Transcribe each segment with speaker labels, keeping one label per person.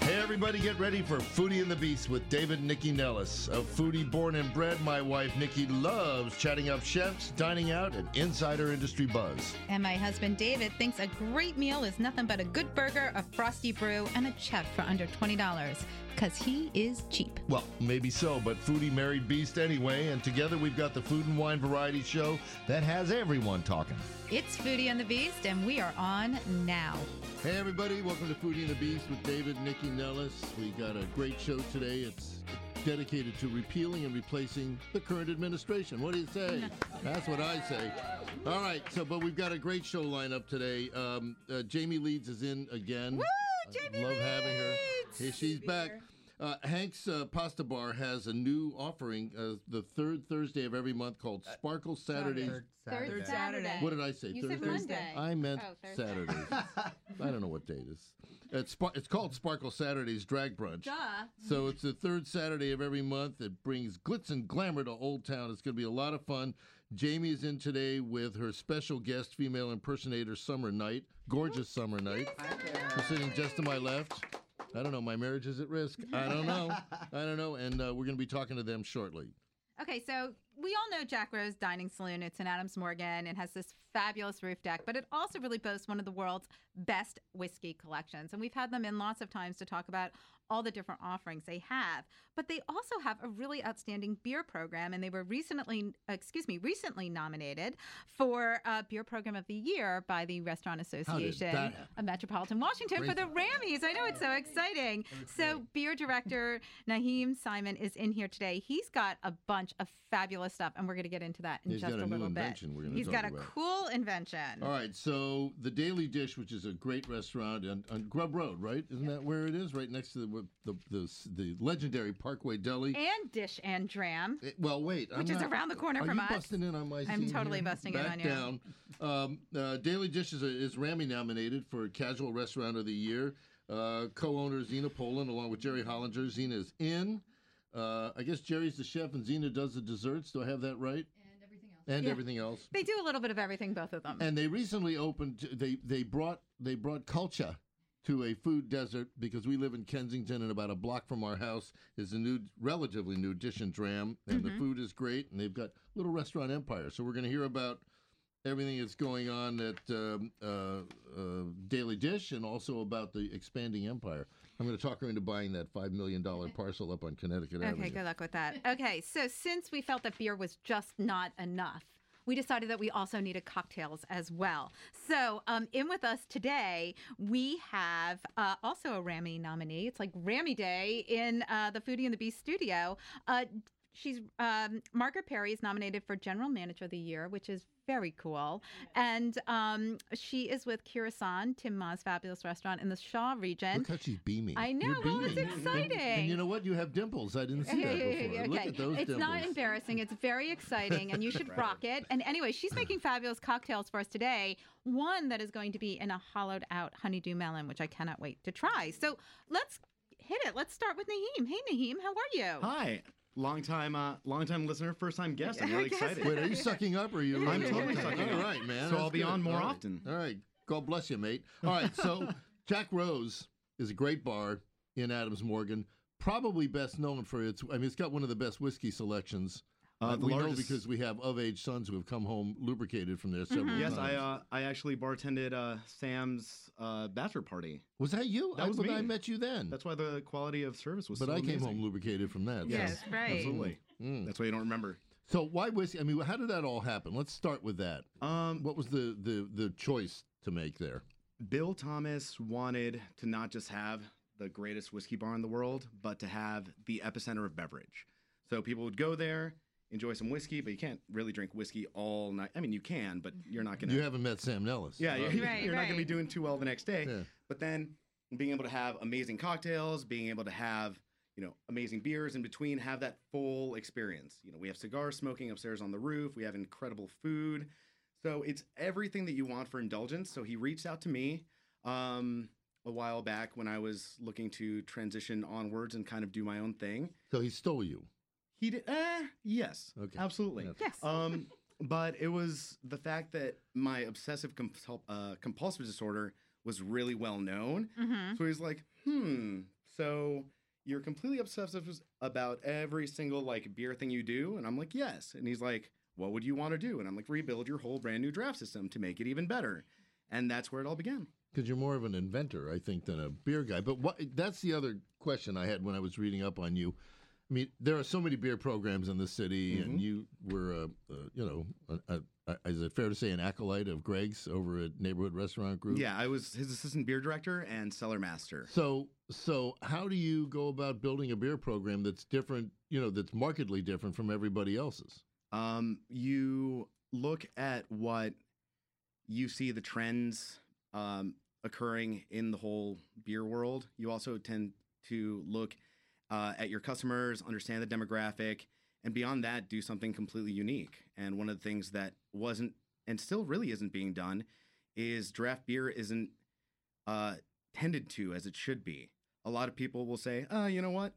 Speaker 1: Hey, everybody, get ready for Foodie and the Beast with David and Nikki Nellis. A foodie born and bred, my wife Nikki loves chatting up chefs, dining out, and insider industry buzz.
Speaker 2: And my husband David thinks a great meal is nothing but a good burger, a frosty brew, and a check for under $20 because he is cheap.
Speaker 1: Well, maybe so, but Foodie married Beast anyway, and together we've got the food and wine variety show that has everyone talking.
Speaker 2: It's Foodie and the Beast, and we are on now.
Speaker 1: Hey, everybody, welcome to Foodie and the Beast with David and Nikki Nellis. We got a great show today. It's dedicated to repealing and replacing the current administration. What do you say? That's what I say. All right, so, but we've got a great show lineup today. Um, uh, Jamie Leeds is in again. Woo!
Speaker 2: Jamie
Speaker 1: Love having her.
Speaker 2: Leeds!
Speaker 1: Hey, she's back. Uh, Hank's uh, Pasta Bar has a new offering uh, the third Thursday of every month called Sparkle Saturdays.
Speaker 3: Saturday.
Speaker 4: Third
Speaker 2: Saturday.
Speaker 4: Saturday.
Speaker 1: What did I say?
Speaker 4: You said
Speaker 1: Thursday?
Speaker 4: Monday.
Speaker 1: I meant
Speaker 4: Oh, Thursday.
Speaker 1: Saturdays. I don't know what day it is. It's, Spar- it's called Sparkle Saturdays Drag Brunch. So it's the third Saturday of every month. It brings glitz and glamour to Old Town. It's going to be a lot of fun. Jamie is in today with her special guest, female impersonator Summer Night. Gorgeous Summer Night. Who's sitting just to my left. I don't know. My marriage is at risk. I don't know. I don't know. And uh, we're going to be talking to them shortly.
Speaker 2: Okay, so we all know Jack Rose Dining Saloon. It's in Adams Morgan and has this fabulous roof deck, but it also really boasts one of the world's best whiskey collections. And we've had them in lots of times to talk about all the different offerings they have. But they also have a really outstanding beer program, and they were recently, excuse me, recently nominated for uh, Beer Program of the Year by the Restaurant Association
Speaker 1: that happen?
Speaker 2: of Metropolitan Washington for the Rammies. I know it's so exciting. So, beer director Naheem Simon is in here today. He's got a bunch of fabulous stuff, and we're going to get into that in
Speaker 1: He's
Speaker 2: just
Speaker 1: got a new
Speaker 2: little bit.
Speaker 1: invention we're gonna
Speaker 2: He's
Speaker 1: talk
Speaker 2: got a
Speaker 1: about.
Speaker 2: cool invention.
Speaker 1: All right. So the Daily Dish, which is a great restaurant on, on Grub Road, right? Isn't that where it is? Right next to the the, the, the legendary Parkway Deli.
Speaker 2: And dish and dram.
Speaker 1: Eh, well, wait.
Speaker 2: Which
Speaker 1: I'm
Speaker 2: is
Speaker 1: not-
Speaker 2: around the corner
Speaker 1: Are
Speaker 2: from
Speaker 1: you
Speaker 2: us.
Speaker 1: busting in on my
Speaker 2: I'm
Speaker 1: scene
Speaker 2: totally
Speaker 1: here?
Speaker 2: busting in
Speaker 1: Back
Speaker 2: on you.
Speaker 1: down. Um, uh, Daily Dish is, a, is Rammy nominated for Casual Restaurant of the Year. Uh, co-owner Zena Poland, along with Jerry Hollinger. Zena is in. Uh, I guess Jerry's the chef and Zena does the desserts. Do I have that right? And
Speaker 2: Yeah.
Speaker 1: everything else.
Speaker 2: They do a little bit of everything, both of them.
Speaker 1: And they recently opened. They they brought they brought culture to a food desert because we live in Kensington and about a block from our house is a new, relatively new dish and dram, and the food is great. And they've got little restaurant empire. So we're going to hear about everything that's going on at um, uh, uh, Daily Dish and also about the expanding empire. I'm going to talk her into buying that five million dollar parcel up on Connecticut Avenue.
Speaker 2: Okay, good luck with that. Okay, so since we felt that beer was just not enough, we decided that we also needed cocktails as well. So, um, in with us today, we have uh, also a Rammy nominee. It's like Rammy Day in uh, the Foodie and the Beast studio. Uh, she's um, Margaret Perry is nominated for General Manager of the Year, which is very cool. And um, she is with Kirasan, Tim Ma's fabulous restaurant in the Shaw region.
Speaker 1: Look how she's beaming.
Speaker 2: I know,
Speaker 1: You're
Speaker 2: well, it's
Speaker 1: beaming.
Speaker 2: exciting.
Speaker 1: And you know what? You have dimples. I didn't see that before. Look at those
Speaker 2: it's
Speaker 1: dimples.
Speaker 2: not embarrassing. It's very exciting, and you should rock it. And anyway, she's making fabulous cocktails for us today. One that is going to be in a hollowed out honeydew melon, which I cannot wait to try. So let's hit it. Let's start with Naheem. Hey, Naheem, how are you?
Speaker 3: Hi, long time, uh, long time listener, first time guest. I'm really
Speaker 2: I guess.
Speaker 3: excited.
Speaker 1: Wait, are you sucking up or are you?
Speaker 3: I'm totally sucking up.
Speaker 1: All right, man.
Speaker 3: So I'll
Speaker 1: that's
Speaker 3: be
Speaker 1: good.
Speaker 3: on more
Speaker 1: All right.
Speaker 3: often.
Speaker 1: All right. God bless you, mate. All right. So Jack Rose is a great bar in Adams Morgan. Probably best known for its. I mean, it's got one of the best whiskey selections.
Speaker 3: Uh,
Speaker 1: that
Speaker 3: the
Speaker 1: we know
Speaker 3: largest-
Speaker 1: because we have of-age sons who have come home lubricated from there several
Speaker 3: Yes, I
Speaker 1: times.
Speaker 3: uh, I actually bartended uh, Sam's uh, bachelor party.
Speaker 1: was that you?
Speaker 3: that
Speaker 1: I
Speaker 3: was
Speaker 1: when I
Speaker 3: me.
Speaker 1: met you then.
Speaker 3: That's why the quality of service was.
Speaker 1: but
Speaker 3: so
Speaker 1: I came
Speaker 3: amazing.
Speaker 1: home lubricated from that. so-
Speaker 3: Yes,
Speaker 2: Yes, right.
Speaker 3: Absolutely.
Speaker 1: Mm.
Speaker 3: That's why you don't remember.
Speaker 1: So why whiskey? I mean, how did that all happen? Let's start with that.
Speaker 3: Um,
Speaker 1: What was the the the choice to make there?
Speaker 3: Bill Thomas wanted to not just have the greatest whiskey bar in the world, but to have the epicenter of beverage. So people would go there, enjoy some whiskey, but you can't really drink whiskey all night. I mean, you can, but you're not gonna.
Speaker 1: You haven't met Sam Nellis.
Speaker 3: Yeah,
Speaker 1: Uh,
Speaker 3: you're,
Speaker 2: Right,
Speaker 3: you're not going to be
Speaker 2: right.
Speaker 3: doing too well the next day.
Speaker 1: Yeah.
Speaker 3: But then being able to have amazing cocktails, being able to have you know, amazing beers in between, have that full experience. You know, we have cigar smoking upstairs on the roof, we have incredible food. So it's everything that you want for indulgence. So he reached out to me um, a while back when I was looking to transition onwards and kind of do my own thing.
Speaker 1: So he stole you.
Speaker 3: He did, eh, yes,
Speaker 1: Okay.
Speaker 3: absolutely.
Speaker 1: That's-
Speaker 2: Yes.
Speaker 3: Um, but it was the fact that my obsessive compul- uh, compulsive disorder was really well known.
Speaker 2: Mhm.
Speaker 3: So he's like, hmm. So you're completely obsessive about every single like beer thing you do, and I'm like, yes. And he's like, what would you want to do? And I'm like, rebuild your whole brand new draft system to make it even better. And that's where it all began.
Speaker 1: because you're more of an inventor, I think, than a beer guy. But what, that's the other question I had when I was reading up on you. I mean, there are so many beer programs in the city,
Speaker 3: Mm-hmm.
Speaker 1: and you were, uh, uh, you know, a, a, a, is it fair to say an acolyte of Greg's over at Neighborhood Restaurant Group?
Speaker 3: Yeah, I was his assistant beer director and cellar master.
Speaker 1: So, so how do you go about building a beer program that's different? You know, that's markedly different from everybody else's.
Speaker 3: Um, you look at what you see the trends um, occurring in the whole beer world. You also tend to look uh, at your customers, understand the demographic, and beyond that, do something completely unique. And one of the things that wasn't and still really isn't being done is draft beer isn't uh, tended to as it should be. A lot of people will say, "Oh, you know what?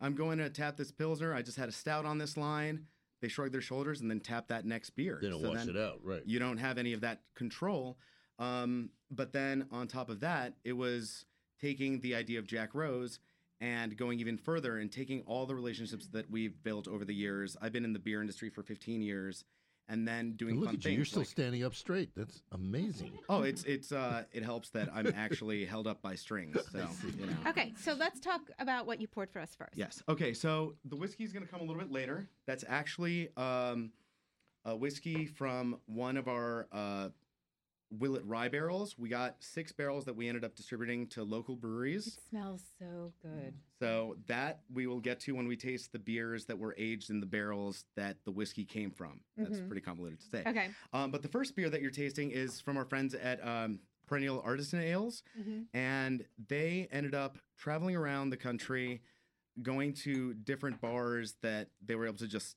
Speaker 3: I'm going to tap this pilsner. I just had a stout on this line." They shrug their shoulders and then tap that next beer.
Speaker 1: They don't
Speaker 3: So
Speaker 1: wash
Speaker 3: then-
Speaker 1: it out, right?
Speaker 3: you don't have any of that control. Um, but then on top of that, it was taking the idea of Jack Rose and going even further and taking all the relationships that we've built over the years. I've been in the beer industry for 15 years, and then doing
Speaker 1: And look
Speaker 3: fun
Speaker 1: at you! You're
Speaker 3: things
Speaker 1: still
Speaker 3: like-
Speaker 1: standing up straight. That's amazing.
Speaker 3: Oh, it's it's uh, it helps that I'm actually held up by strings. So you know.
Speaker 2: Okay, so let's talk about what you poured for us first.
Speaker 3: Yes. Okay. So the whiskey is going to come a little bit later. That's actually um, a whiskey from one of our uh, Willet rye barrels. We got six barrels that we ended up distributing to local breweries.
Speaker 2: smells so good.
Speaker 3: So that we will get to when we taste the beers that were aged in the barrels that the whiskey came from. That's
Speaker 2: Mhm.
Speaker 3: pretty convoluted to say.
Speaker 2: Okay.
Speaker 3: Um, but the first beer that you're tasting is from our friends at um, Perennial Artisan Ales and they ended up traveling around the country going to different bars that they were able to just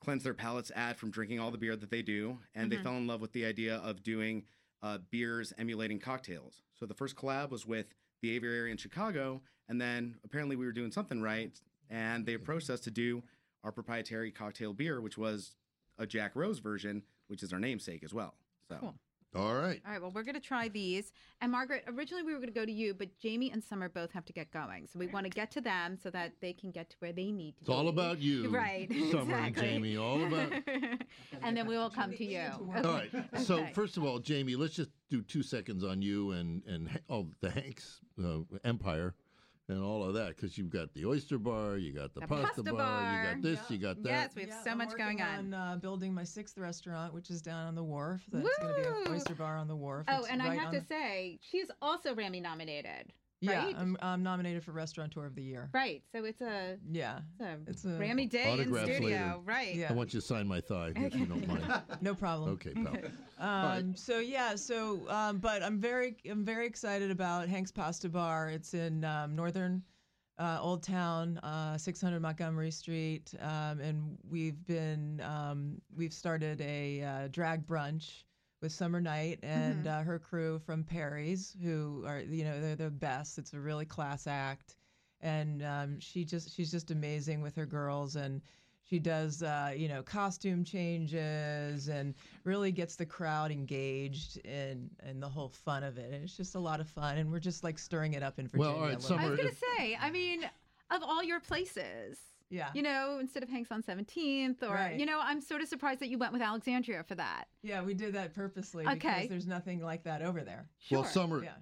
Speaker 3: cleanse their palates at from drinking all the beer that they do and
Speaker 2: Mhm.
Speaker 3: they fell in love with the idea of doing uh, beers emulating cocktails so the first collab was with the aviary in chicago and then apparently we were doing something right and they approached us to do our proprietary cocktail beer which was a jack rose version which is our namesake as well so
Speaker 2: Cool.
Speaker 1: All right.
Speaker 2: All right, well, we're going to try these. And Margaret, originally we were going to go to you, but Jamie and Summer both have to get going. So we want to get to them so that they can get to where they need to
Speaker 1: It's all
Speaker 2: be.
Speaker 1: about you,
Speaker 2: Right.
Speaker 1: Summer and
Speaker 2: exactly.
Speaker 1: Jamie. All about
Speaker 2: and then we will come to you.
Speaker 1: All right. So
Speaker 2: Okay.
Speaker 1: first of all, Jamie, let's just do two seconds on you and and Ha- oh, the Hanks uh, Empire and all of that because you've got the oyster bar, you got the,
Speaker 2: The
Speaker 1: pasta,
Speaker 2: pasta
Speaker 1: bar, you
Speaker 2: bar.
Speaker 1: got this,
Speaker 4: Yeah.
Speaker 1: you got that.
Speaker 2: Yes, we have
Speaker 4: Yeah,
Speaker 2: so
Speaker 4: I'm
Speaker 2: much
Speaker 4: working
Speaker 2: going on.
Speaker 4: uh, building my sixth restaurant, which is down on the wharf. That's going to be
Speaker 2: Woo!
Speaker 4: an oyster bar on the wharf.
Speaker 2: Oh,
Speaker 4: It's
Speaker 2: and I
Speaker 4: right
Speaker 2: have
Speaker 4: on
Speaker 2: to
Speaker 4: the-
Speaker 2: say, she's also Grammy nominated.
Speaker 4: yeah,
Speaker 2: right?
Speaker 4: I'm, I'm nominated for Restaurateur of the Year.
Speaker 2: Right. So it's a,
Speaker 4: Yeah,
Speaker 2: it's a
Speaker 4: it's a
Speaker 2: Grammy day in studio.
Speaker 1: Autographs later.
Speaker 2: Right.
Speaker 4: Yeah.
Speaker 1: I want you to sign my thigh if you don't mind.
Speaker 4: no problem.
Speaker 1: Okay, pal.
Speaker 4: Um,
Speaker 1: right.
Speaker 4: So yeah, so um, but I'm very I'm very excited about Hank's Pasta Bar. It's in um, northern uh, Old Town, uh, 600 Montgomery Street, um, and we've been um, we've started a uh, drag brunch with Summer Night and
Speaker 2: Mm-hmm.
Speaker 4: uh, her crew from Perry's, who are you know they're the best. It's a really class act, and um, she just she's just amazing with her girls and. She does, uh, you know, costume changes and really gets the crowd engaged in and the whole fun of it. And it's just a lot of fun, and we're just like stirring it up in
Speaker 1: Well,
Speaker 4: Virginia.
Speaker 1: all
Speaker 4: a
Speaker 1: right,
Speaker 4: little
Speaker 1: Summer,
Speaker 2: I was
Speaker 1: Or
Speaker 2: going to
Speaker 1: if-
Speaker 2: say, I mean, of all your places,
Speaker 4: Yeah.
Speaker 2: you know, instead of Hanks on 17th, or,
Speaker 4: Right.
Speaker 2: you know, I'm sort of surprised that you went with Alexandria for that.
Speaker 4: Yeah, we did that purposely
Speaker 2: Okay.
Speaker 4: because there's nothing like that over there.
Speaker 2: Sure.
Speaker 1: Well, Summer,
Speaker 4: Yeah.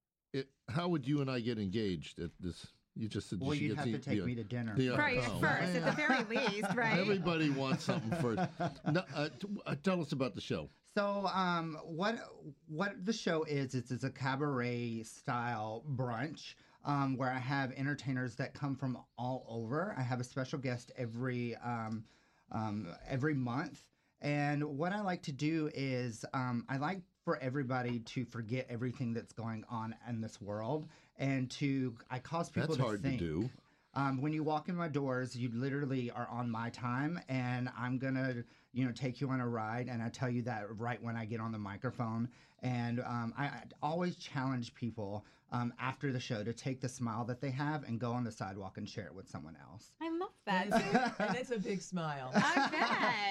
Speaker 1: it, how would you and I get engaged at this? You just said
Speaker 5: Well,
Speaker 1: you should
Speaker 5: you'd
Speaker 1: get
Speaker 5: have
Speaker 1: the,
Speaker 5: to take
Speaker 1: the-
Speaker 5: me to dinner.
Speaker 1: the-
Speaker 2: Right, at
Speaker 1: Oh,
Speaker 2: first, at the
Speaker 1: man.
Speaker 2: very least, right?
Speaker 1: Everybody wants something first. No, uh, t- uh, tell us about the show.
Speaker 5: So, um, what what the show is? It's it's a cabaret style brunch. Um, where I have entertainers that come from all over. I have a special guest every um, um, every month, and what I like to do is um, I like for everybody to forget everything that's going on in this world, and to I cause people
Speaker 1: That's
Speaker 5: to
Speaker 1: hard
Speaker 5: think.
Speaker 1: to do.
Speaker 5: Um, when you walk in my doors, you literally are on my time, and I'm gonna, you know, take you on a ride. And I tell you that right when I get on the microphone. And um, I, I always challenge people um, after the show to take the smile that they have and go on the sidewalk and share it with someone else.
Speaker 2: I love
Speaker 4: And
Speaker 2: that.
Speaker 4: it's- and it's a big smile.
Speaker 2: I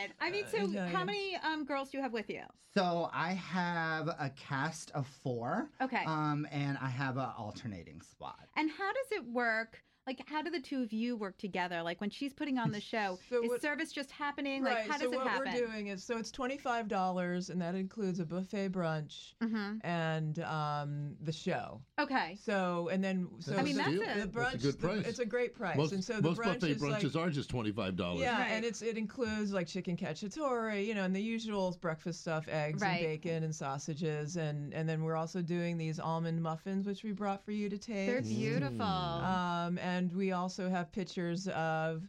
Speaker 2: bet. I mean, so
Speaker 4: I know
Speaker 2: how
Speaker 4: you.
Speaker 2: many um, girls do you have with you?
Speaker 5: So I have a cast of four.
Speaker 2: Okay.
Speaker 5: Um, and I have an alternating spot.
Speaker 2: And how does it work? Like, how do the two of you work together? Like, when she's putting on the show,
Speaker 4: So
Speaker 2: is
Speaker 4: what-
Speaker 2: service just happening?
Speaker 4: right.
Speaker 2: Like, how
Speaker 4: so
Speaker 2: does it
Speaker 4: what
Speaker 2: happen?
Speaker 4: we're doing is so it's twenty five dollars, and that includes a buffet brunch
Speaker 2: Mhm.
Speaker 4: and um, the show.
Speaker 2: Okay.
Speaker 4: So and then so
Speaker 2: I mean,
Speaker 4: the,
Speaker 2: that's
Speaker 1: steal.
Speaker 2: a-
Speaker 4: the brunch
Speaker 1: That's a good
Speaker 4: the-
Speaker 1: price.
Speaker 4: it's a great price,
Speaker 1: most
Speaker 4: and so the
Speaker 1: most
Speaker 4: brunch
Speaker 1: buffet
Speaker 4: is like,
Speaker 1: brunches are just twenty five dollars.
Speaker 4: Yeah,
Speaker 2: Right.
Speaker 4: and it's it includes like chicken cacciatore, you know, and the usual breakfast stuff, eggs
Speaker 2: Right.
Speaker 4: and bacon and sausages, and and then we're also doing these almond muffins, which we brought for you to taste.
Speaker 2: They're beautiful.
Speaker 1: Mm.
Speaker 4: Um, and we also have pictures of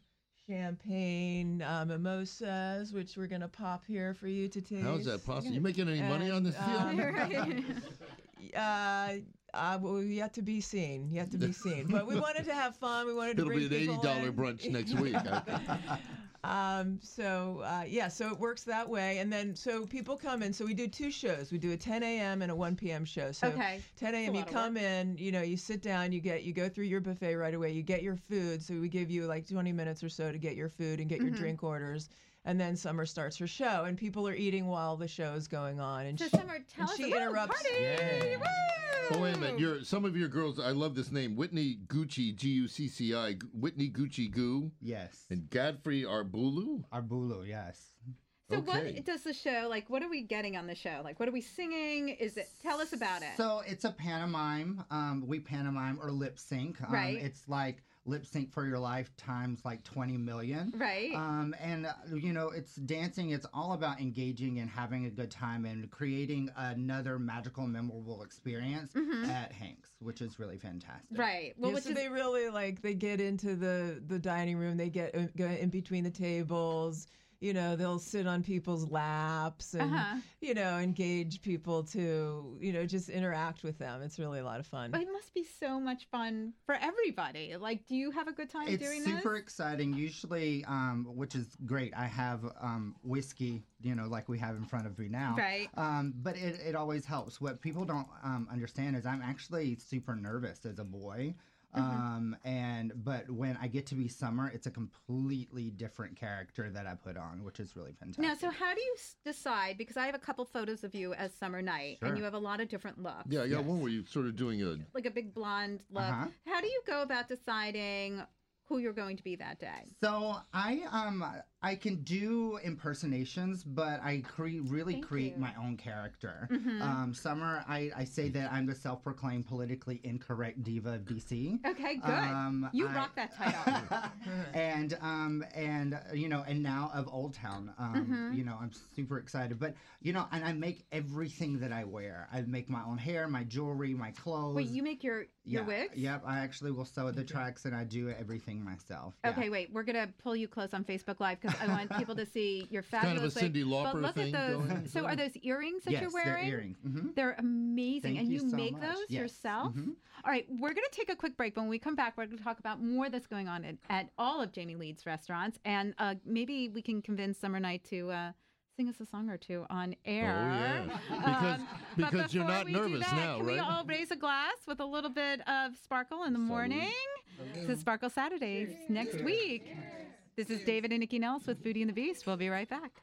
Speaker 4: champagne uh, mimosas, which we're gonna pop here for you to taste.
Speaker 1: How is that possible? You making any money on this
Speaker 4: And,
Speaker 1: deal?
Speaker 4: um,
Speaker 2: Right.
Speaker 4: Uh, uh, well, yet to be seen, yet to be seen. But we wanted to have fun. We wanted to
Speaker 1: It'll
Speaker 4: bring
Speaker 1: be an eighty
Speaker 4: people
Speaker 1: dollar
Speaker 4: in.
Speaker 1: brunch next week. I-
Speaker 4: Um, so uh, yeah, so it works that way, and then so people come in. So we do two shows. We do a 10 a.m. and a 1 p.m. show. So
Speaker 2: Okay.
Speaker 4: 10 a.m.
Speaker 2: a
Speaker 4: you
Speaker 2: lot of
Speaker 4: come in, you know, you sit down, you get you go through your buffet right away. You get your food. So we give you like 20 minutes or so to get your food and get
Speaker 2: Mm-hmm.
Speaker 4: your drink orders, and then Summer starts her show, and people are eating while the show is going on. And
Speaker 2: So,
Speaker 4: she-
Speaker 2: Summer, tell
Speaker 4: and
Speaker 2: us
Speaker 4: she
Speaker 2: about
Speaker 4: interrupts-
Speaker 2: party.
Speaker 6: Yeah.
Speaker 2: Woo!
Speaker 1: oh wait a minute! Your some of your girls. I love this name, Whitney Gucci G U C C I. Whitney Gucci Goo
Speaker 5: Yes.
Speaker 1: and Godfrey Arbulu.
Speaker 5: Arbulu, yes.
Speaker 2: So
Speaker 1: Okay.
Speaker 2: what does the show like? What are we getting on the show? Like, what are we singing? Is it? Tell us about it.
Speaker 5: So it's a pantomime. Um, we pantomime or lip sync. Um,
Speaker 2: Right.
Speaker 5: It's like lip sync for your life times like 20 million.
Speaker 2: right.
Speaker 5: Um, and uh, you know, it's dancing. It's all about engaging and having a good time and creating another magical, memorable experience
Speaker 2: Mm-hmm.
Speaker 5: at Hanks, which is really fantastic.
Speaker 2: right. Well,
Speaker 4: Yeah,
Speaker 2: which
Speaker 4: so
Speaker 2: is
Speaker 4: they really like they get into the the dining room. They get uh, go in between the tables. You know, they'll sit on people's laps and
Speaker 2: Uh-huh.
Speaker 4: you know engage people to you know just interact with them. It's really a lot of fun.
Speaker 2: it must be so much fun for everybody. Like, do you have a good time
Speaker 5: It's
Speaker 2: doing
Speaker 5: super
Speaker 2: this?
Speaker 5: exciting. Usually, um, which is great. I have um, whiskey, you know, like we have in front of me now.
Speaker 2: Right.
Speaker 5: Um, but it, it always helps. What people don't um, understand is I'm actually super nervous as a boy.
Speaker 2: Mm-hmm.
Speaker 5: Um, and but when I get to be summer, it's a completely different character that I put on, which is really fantastic.
Speaker 2: Now, so how do you s- decide? Because I have a couple photos of you as Summer Night, and
Speaker 5: Sure.
Speaker 2: you have a lot of different looks.
Speaker 1: Yeah, I got
Speaker 5: Yes.
Speaker 1: one where you sort of doing uh, a
Speaker 2: Like a big blonde look.
Speaker 5: Uh-huh.
Speaker 2: How do you go about deciding who you're going to be that day?
Speaker 5: So I um I can do impersonations, but I cre- really
Speaker 2: Thank
Speaker 5: create
Speaker 2: you. Mm-hmm.
Speaker 5: my own character. Um, Summer, I, I say that I'm the self-proclaimed politically incorrect diva of DC.
Speaker 2: Okay, good.
Speaker 5: Um,
Speaker 2: you
Speaker 5: I-
Speaker 2: rock that title.
Speaker 5: and um and uh, you know and now of Old Town, um
Speaker 2: Mm-hmm.
Speaker 5: you know I'm super excited. But you know, and I make everything that I wear. I make my own hair, my jewelry, my clothes.
Speaker 2: Wait, you make your your
Speaker 5: yeah,
Speaker 2: wigs?
Speaker 5: Yep, I actually will sew the tracks and I do everything myself. yeah.
Speaker 2: Okay, wait. We're gonna pull you close on Facebook Live because I want people to see your
Speaker 1: kind
Speaker 2: fabulous.
Speaker 1: of a
Speaker 2: wig.
Speaker 1: Cindy
Speaker 2: but
Speaker 1: Lauper
Speaker 2: look
Speaker 1: thing
Speaker 2: at
Speaker 1: going on.
Speaker 2: those. So, are those earrings that
Speaker 5: yes,
Speaker 2: you're wearing?
Speaker 5: They're earring. hmm
Speaker 2: They're amazing.
Speaker 5: Thank
Speaker 2: and
Speaker 5: you
Speaker 2: you,
Speaker 5: so
Speaker 2: make
Speaker 5: much.
Speaker 2: those
Speaker 5: Yes. Mm-hmm.
Speaker 2: yourself? All right, we're going to take a quick break. When we come back, we're going to talk about more that's going on at, at all of Jamie Leeds' restaurants. And uh, maybe we can convince Summer Night to uh, sing us a song or two on
Speaker 1: Oh
Speaker 2: air.
Speaker 1: yeah, because
Speaker 2: Um, but
Speaker 1: because you're
Speaker 2: before
Speaker 1: not
Speaker 2: we do
Speaker 1: nervous
Speaker 2: that,
Speaker 1: now,
Speaker 2: can
Speaker 1: right?
Speaker 2: we all raise a glass with a little bit of sparkle in the morning? To Sparkle Saturdays next week. This is David and Nikki Nellis with Foodie and the Beast. We'll be right back.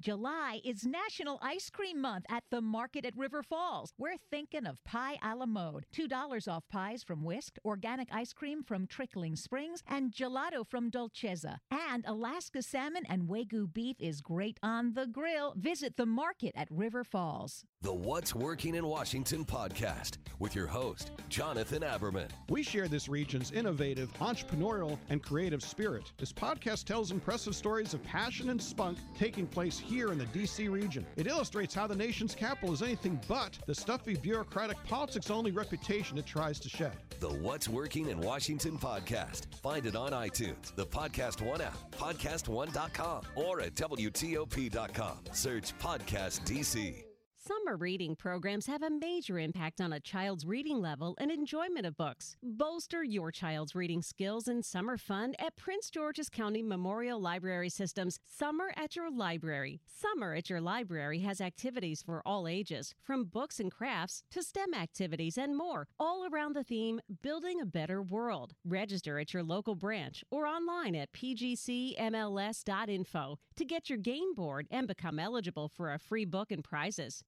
Speaker 7: July is National Ice Cream Month at the Market at River Falls. We're thinking of pie a la mode. $2 off pies from Whisk, organic ice cream from Trickling Springs, and gelato from Dolcezza. And Alaska salmon and Wagyu beef is great on the grill. Visit the market at River Falls.
Speaker 8: The What's Working in Washington podcast with your host, Jonathan Aberman.
Speaker 9: We share this region's innovative, entrepreneurial, and creative spirit. This podcast tells impressive stories of passion and spunk taking place here in the D.C. region. It illustrates how the nation's capital is anything but the stuffy, bureaucratic, politics only reputation it tries to shed.
Speaker 8: The What's Working in Washington podcast. Find it on iTunes, the Podcast One app, podcast1.com, or at WTOP.com. Search Podcast DC.
Speaker 6: Summer reading programs have a major impact on a child's reading level and enjoyment of books. Bolster your child's reading skills in summer fun at Prince George's County Memorial Library System's Summer at Your Library. Summer at Your Library has activities for all ages, from books and crafts to STEM activities and more, all around the theme Building a Better World. Register at your local branch or online at pgcmls.info to get your game board and become eligible for a free book and prizes.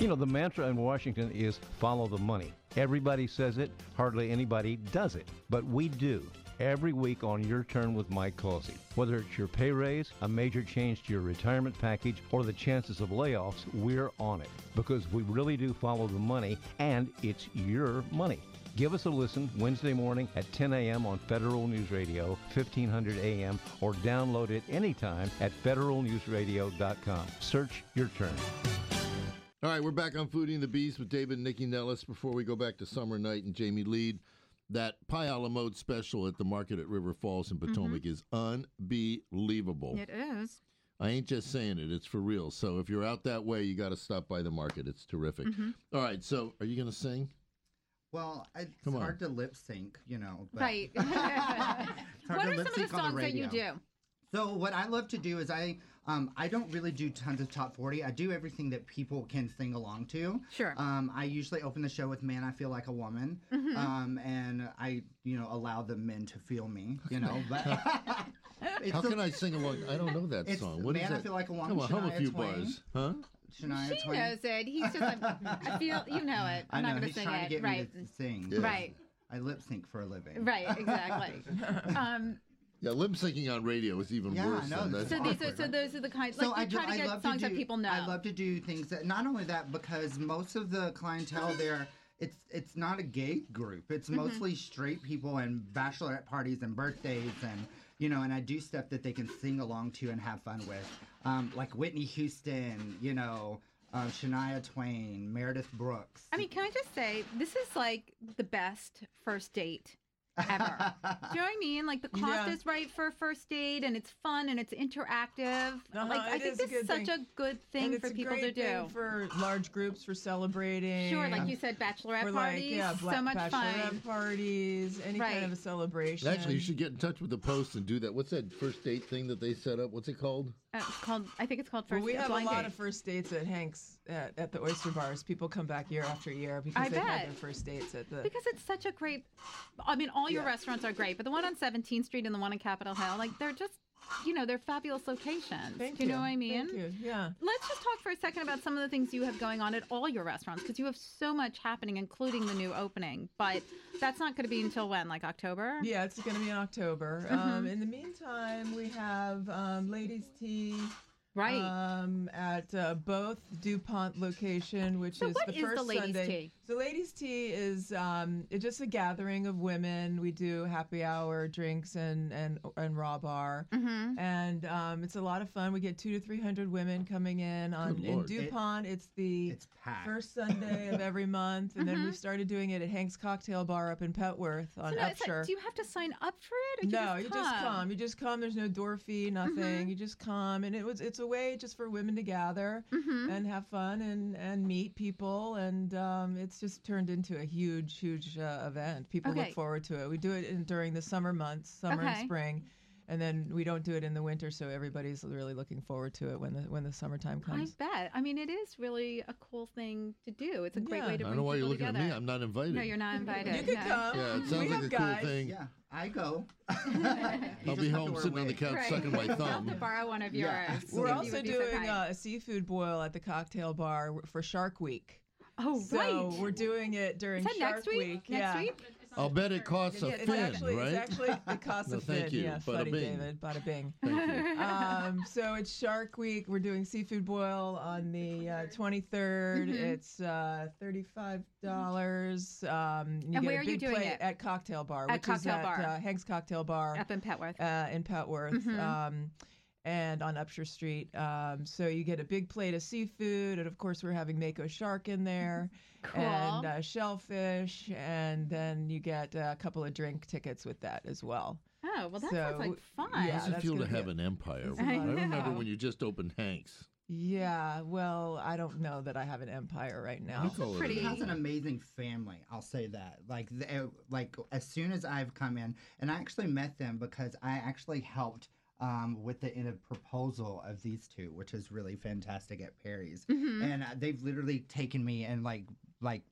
Speaker 10: You know, the mantra in Washington is follow the money. Everybody says it, hardly anybody does it. But we do. Every week on Your Turn with Mike Colsey. Whether it's your pay raise, a major change to your retirement package, or the chances of layoffs, we're on it. Because we really do follow the money, and it's your money. Give us a listen Wednesday morning at 10 a.m. on Federal News Radio, 1500 a.m., or download it anytime at federalnewsradio.com. Search Your Turn.
Speaker 1: All right, we're back on Foodie and the Beast with David and Nikki Nellis. Before we go back to Summer Night and Jamie Lead, that Pie a la Mode special at the market at River Falls in Potomac
Speaker 2: Mm-hmm.
Speaker 1: is unbelievable.
Speaker 2: It is.
Speaker 1: I ain't just saying it, it's for real. So if you're out that way, you got to stop by the market. It's terrific.
Speaker 2: Mhm.
Speaker 1: All right, so are you going to sing?
Speaker 5: Well, it's
Speaker 1: Come on.
Speaker 5: hard to lip sync, you know. But
Speaker 2: Right.
Speaker 5: hard
Speaker 2: what
Speaker 5: to
Speaker 2: are some
Speaker 5: lip
Speaker 2: of the
Speaker 5: sync on
Speaker 2: songs
Speaker 5: the
Speaker 2: that you do?
Speaker 5: radio. So what I love to do is I um, I don't really do tons of top forty. I do everything that people can sing along to.
Speaker 2: Sure.
Speaker 5: Um, I usually open the show with "Man, I Feel Like a Woman,"
Speaker 2: Mhm.
Speaker 5: um, and I you know allow the men to feel me. You know, but it's
Speaker 1: How
Speaker 5: the-
Speaker 1: can I sing along? I don't know that
Speaker 5: It's
Speaker 1: song. What is
Speaker 5: Man, I
Speaker 1: that?
Speaker 5: Feel Like a Woman,
Speaker 1: Come on, hum a
Speaker 5: Shania
Speaker 1: few
Speaker 5: Twain.
Speaker 1: bars, huh?
Speaker 5: Shania
Speaker 2: She
Speaker 5: Twain.
Speaker 2: knows it. He's just like, I feel, you know it.
Speaker 5: I
Speaker 2: I'm
Speaker 5: know
Speaker 2: not going
Speaker 5: he's
Speaker 2: to sing
Speaker 5: trying
Speaker 2: it.
Speaker 5: to get
Speaker 2: right.
Speaker 5: me to sing.
Speaker 1: Yeah.
Speaker 2: Right.
Speaker 5: I lip sync for a living.
Speaker 2: Right. Exactly. um,
Speaker 1: Yeah, lip syncing on radio is even
Speaker 5: Yeah, I
Speaker 1: worse.
Speaker 5: know,
Speaker 1: than that.
Speaker 5: this is
Speaker 2: so these are,
Speaker 5: awkward,
Speaker 2: so
Speaker 5: right?
Speaker 2: those are the kinds. Like you try to get songs
Speaker 5: do,
Speaker 2: that people know.
Speaker 5: I love to do things that not only that because most of the clientele there it's it's not a gay group. It's
Speaker 2: Mm-hmm.
Speaker 5: mostly straight people and bachelorette parties and birthdays and you know, and I do stuff that they can sing along to and have fun with. Um, like Whitney Houston, you know, um, Shania Twain, Meredith Brooks.
Speaker 2: I mean, can I just say this is like the best first date ever. Do you know what I mean? Like the cost
Speaker 4: Yeah.
Speaker 2: is right for a first date, and it's fun and it's interactive.
Speaker 4: Uh-huh,
Speaker 2: like I
Speaker 4: it
Speaker 2: think
Speaker 4: is a
Speaker 2: this is
Speaker 4: good
Speaker 2: such
Speaker 4: thing.
Speaker 2: a good thing
Speaker 4: and
Speaker 2: for
Speaker 4: it's a
Speaker 2: people to
Speaker 4: great
Speaker 2: do.
Speaker 4: thing for large groups for celebrating.
Speaker 2: sure, like you said, bachelorette
Speaker 4: for like
Speaker 2: parties,
Speaker 4: yeah, black
Speaker 2: so much
Speaker 4: bachelorette
Speaker 2: fun.
Speaker 4: parties, any
Speaker 2: Right.
Speaker 4: kind of a celebration.
Speaker 1: Actually, you should get in touch with the post and do that. What's that first date thing that they set up? What's it called?
Speaker 2: Uh, it's called, I think it's called
Speaker 4: Well,
Speaker 2: first.
Speaker 4: we
Speaker 2: Date-
Speaker 4: have a
Speaker 2: blind
Speaker 4: lot
Speaker 2: date.
Speaker 4: of first dates at Hank's at, at the oyster bars. People come back year after year because
Speaker 2: I
Speaker 4: they've
Speaker 2: bet.
Speaker 4: had their first dates at the.
Speaker 2: Because it's such a great. I mean, all your
Speaker 4: Yeah.
Speaker 2: restaurants are great, but the one on 17th Street and the one on Capitol Hill, like they're just, you know, they're fabulous locations.
Speaker 4: Thank
Speaker 2: Do you know what I mean?
Speaker 4: Thank you. Yeah.
Speaker 2: Let's just talk for a second about some of the things you have going on at all your restaurants because you have so much happening, including the new opening. But that's not going to be until when, like October?
Speaker 4: Yeah, it's going to be in October.
Speaker 2: Mm-hmm.
Speaker 4: Um, in the meantime, we have um, ladies' tea
Speaker 2: Right.
Speaker 4: um, at uh, both Dupont location, which
Speaker 2: So
Speaker 4: is
Speaker 2: what
Speaker 4: the
Speaker 2: is the
Speaker 4: first
Speaker 2: ladies'
Speaker 4: Sunday.
Speaker 2: tea?
Speaker 4: So ladies' tea is um, it's just a gathering of women. We do happy hour drinks and and and raw bar,
Speaker 2: Mm-hmm.
Speaker 4: and um, it's a lot of fun. We get two to three hundred women coming in on
Speaker 1: Good
Speaker 4: in
Speaker 1: Lord.
Speaker 5: It-
Speaker 4: Dupont. it's the
Speaker 5: it's packed.
Speaker 4: First Sunday of every month, and then we've started doing it at Hank's Cocktail Bar up in Petworth on
Speaker 2: Mm-hmm. So no, it's like,
Speaker 4: Upshur
Speaker 2: do you have to sign up for it? Or
Speaker 4: no,
Speaker 2: do
Speaker 4: you just come. You just come. There's no door
Speaker 2: Mm-hmm.
Speaker 4: fee, nothing. You just come, and it was it's a way just for women to gather
Speaker 2: Mm-hmm.
Speaker 4: and have fun and and meet people, and um, it's just turned into a huge, huge uh, event. People
Speaker 2: Okay.
Speaker 4: look forward to it. We do it in, during the summer months, summer
Speaker 2: Okay.
Speaker 4: and spring. And then we don't do it in the winter, so everybody's really looking forward to it when the when the summertime
Speaker 2: I
Speaker 4: comes.
Speaker 2: bet. I mean, it is really a cool thing to do. It's a great
Speaker 4: Yeah.
Speaker 2: way
Speaker 1: I
Speaker 2: to bring
Speaker 1: don't know why you're
Speaker 2: people
Speaker 1: looking
Speaker 2: together.
Speaker 1: at me. I'm not invited.
Speaker 2: No, you're not invited.
Speaker 4: You could
Speaker 2: no.
Speaker 4: come.
Speaker 1: Yeah, it
Speaker 4: we
Speaker 1: sounds
Speaker 4: have
Speaker 1: like a
Speaker 4: guys.
Speaker 1: cool thing.
Speaker 5: yeah, I go.
Speaker 1: I'll be home sitting on the couch
Speaker 2: Right.
Speaker 1: sucking my
Speaker 2: I'll have to
Speaker 1: thumb.
Speaker 2: borrow one of yours.
Speaker 5: Yeah.
Speaker 2: if
Speaker 5: We're
Speaker 4: We're
Speaker 2: you
Speaker 4: also
Speaker 2: would be so
Speaker 4: doing
Speaker 2: kind.
Speaker 4: uh, a seafood boil at the cocktail bar w- for Shark Week.
Speaker 2: oh,
Speaker 4: So
Speaker 2: right.
Speaker 4: we're doing it during
Speaker 2: Is that
Speaker 4: Shark
Speaker 2: next week? Next
Speaker 4: yeah.
Speaker 2: week?
Speaker 1: I'll bet it costs a
Speaker 4: Yeah, it's
Speaker 1: fin,
Speaker 4: actually,
Speaker 1: right?
Speaker 4: It's actually it costs
Speaker 1: No,
Speaker 4: a fin.
Speaker 1: thank you.
Speaker 4: Yeah,
Speaker 1: Bada
Speaker 4: funny
Speaker 1: bing.
Speaker 4: David, bada bing.
Speaker 1: Thank you.
Speaker 4: um, so it's Shark Week. We're doing seafood boil on the uh, 23rd.
Speaker 2: Mm-hmm.
Speaker 4: It's uh, $35. Um, you
Speaker 2: And
Speaker 4: get
Speaker 2: where
Speaker 4: a
Speaker 2: are you
Speaker 4: big
Speaker 2: doing
Speaker 4: plate
Speaker 2: it?
Speaker 4: At Cocktail Bar,
Speaker 2: At
Speaker 4: which
Speaker 2: Cocktail
Speaker 4: is at
Speaker 2: Bar.
Speaker 4: Uh, Hank's Cocktail Bar
Speaker 2: Up in Petworth.
Speaker 4: uh, in Petworth
Speaker 2: Mhm.
Speaker 4: um, and on Upshur Street. Um, so you get a big plate of seafood, and of course we're having mako shark in there,
Speaker 2: Cool.
Speaker 4: and uh, shellfish, and then you get uh, a couple of drink tickets with that as well.
Speaker 2: Oh, well, that sounds
Speaker 4: So,
Speaker 2: like fun.
Speaker 4: yeah,
Speaker 1: How does it
Speaker 4: that's
Speaker 1: feel to
Speaker 4: gonna be
Speaker 1: have
Speaker 4: it.
Speaker 1: an empire?
Speaker 4: It's
Speaker 1: I
Speaker 4: gonna
Speaker 2: be
Speaker 1: remember
Speaker 2: it.
Speaker 1: when you just opened Hank's.
Speaker 4: Yeah, well, I don't know that I have an empire right now.
Speaker 5: Pretty. Has an amazing family. I'll say that. Like, the, eh, like as soon as I've come in, and I actually met them because I actually helped um, with the in a proposal of these two, which is really fantastic at Perry's,
Speaker 11: Mhm.
Speaker 5: and uh, they've literally taken me and like like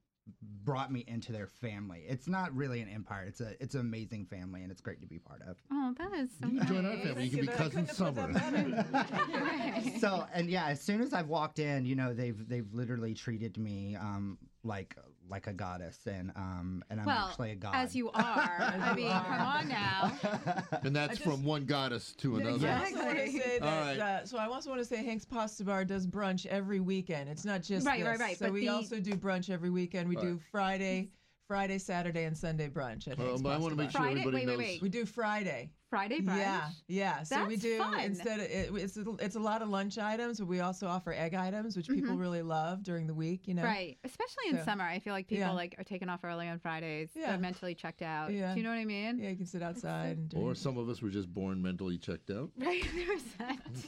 Speaker 5: brought me into their family. It's not really an empire. It's a it's an amazing family, and it's great to be part of.
Speaker 2: Oh, that is so nice.
Speaker 1: Join our family. You can be cousin summer.
Speaker 5: so and yeah, as soon as I've walked in, you know they've they've literally treated me um like like a goddess, and um and I'm
Speaker 2: well,
Speaker 5: actually a god.
Speaker 2: as you are. I mean, come on now.
Speaker 1: And that's from one goddess to another.
Speaker 4: I also want to say
Speaker 1: All right.
Speaker 4: that, uh, so I also want to say Hank's Pasta Bar does brunch every weekend. It's not just
Speaker 2: Right, right,
Speaker 4: this.
Speaker 2: right,
Speaker 4: So
Speaker 2: but
Speaker 4: we
Speaker 2: the-
Speaker 4: also do brunch every weekend. We
Speaker 1: All
Speaker 4: do
Speaker 1: right.
Speaker 4: Friday, Friday, Saturday, and Sunday brunch at
Speaker 1: Well,
Speaker 4: Hank's
Speaker 1: but I
Speaker 4: Pasta
Speaker 1: wanna make
Speaker 4: Bar.
Speaker 1: sure Friday- everybody wait, wait, knows- wait.
Speaker 4: We do Friday.
Speaker 2: Friday brunch.
Speaker 4: Yeah, yeah. So we
Speaker 2: That's
Speaker 4: do
Speaker 2: fun.
Speaker 4: instead of, it, it's a- it's a lot of lunch items, but we also offer egg items, which people
Speaker 2: Mhm.
Speaker 4: really love during the week. You know,
Speaker 2: Right, especially in
Speaker 4: So-
Speaker 2: summer, I feel like people
Speaker 4: Yeah.
Speaker 2: like are taking off early on Fridays.
Speaker 4: Yeah.
Speaker 2: They're mentally checked out.
Speaker 4: Yeah.
Speaker 2: Do you know what I mean?
Speaker 4: Yeah, you can sit outside. And
Speaker 1: Or some of us were just born mentally checked out.
Speaker 2: Right, there's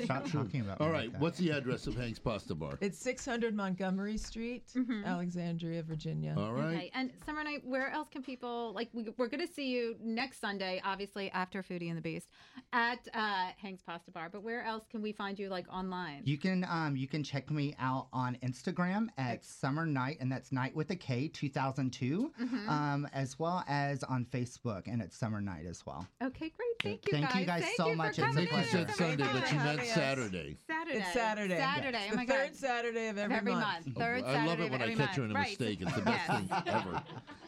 Speaker 2: that. too.
Speaker 1: All right, what's the address of Hank's Pasta Bar?
Speaker 4: It's 600 Montgomery Street,
Speaker 2: Mm-hmm.
Speaker 4: Alexandria, Virginia.
Speaker 1: All right.
Speaker 2: Okay, and summer night, where else can people like? We, we're going to see you next Sunday, obviously after Foodie and the Beast, at uh, Hank's Pasta Bar. But where else can we find you, like online?
Speaker 5: You can um, you can check me out on Instagram at Summer Night, and that's Night with a K, 2002,
Speaker 2: Mhm.
Speaker 5: um, as well as on Facebook, and it's Summer Night as well.
Speaker 2: okay, great. Thank you,
Speaker 5: Thank
Speaker 2: guys.
Speaker 5: you guys
Speaker 2: Thank
Speaker 5: so
Speaker 2: you for
Speaker 5: much. It's a
Speaker 2: coming in.
Speaker 5: pleasure.
Speaker 1: said
Speaker 2: It's
Speaker 1: Sunday,
Speaker 2: amazing
Speaker 1: but
Speaker 2: to
Speaker 1: you
Speaker 2: have
Speaker 1: meant
Speaker 2: you.
Speaker 1: Saturday.
Speaker 2: Saturday.
Speaker 4: It's Saturday.
Speaker 2: Saturday.
Speaker 4: It's
Speaker 2: Oh my
Speaker 4: the
Speaker 2: God.
Speaker 4: third Saturday of every,
Speaker 2: every
Speaker 4: month.
Speaker 2: month. Third
Speaker 1: Oh, I love
Speaker 2: Saturday
Speaker 1: it
Speaker 2: of
Speaker 1: when I
Speaker 2: every
Speaker 1: catch you in
Speaker 2: month.
Speaker 1: a
Speaker 2: Right.
Speaker 1: mistake. It's the best
Speaker 2: Yes.
Speaker 1: thing ever.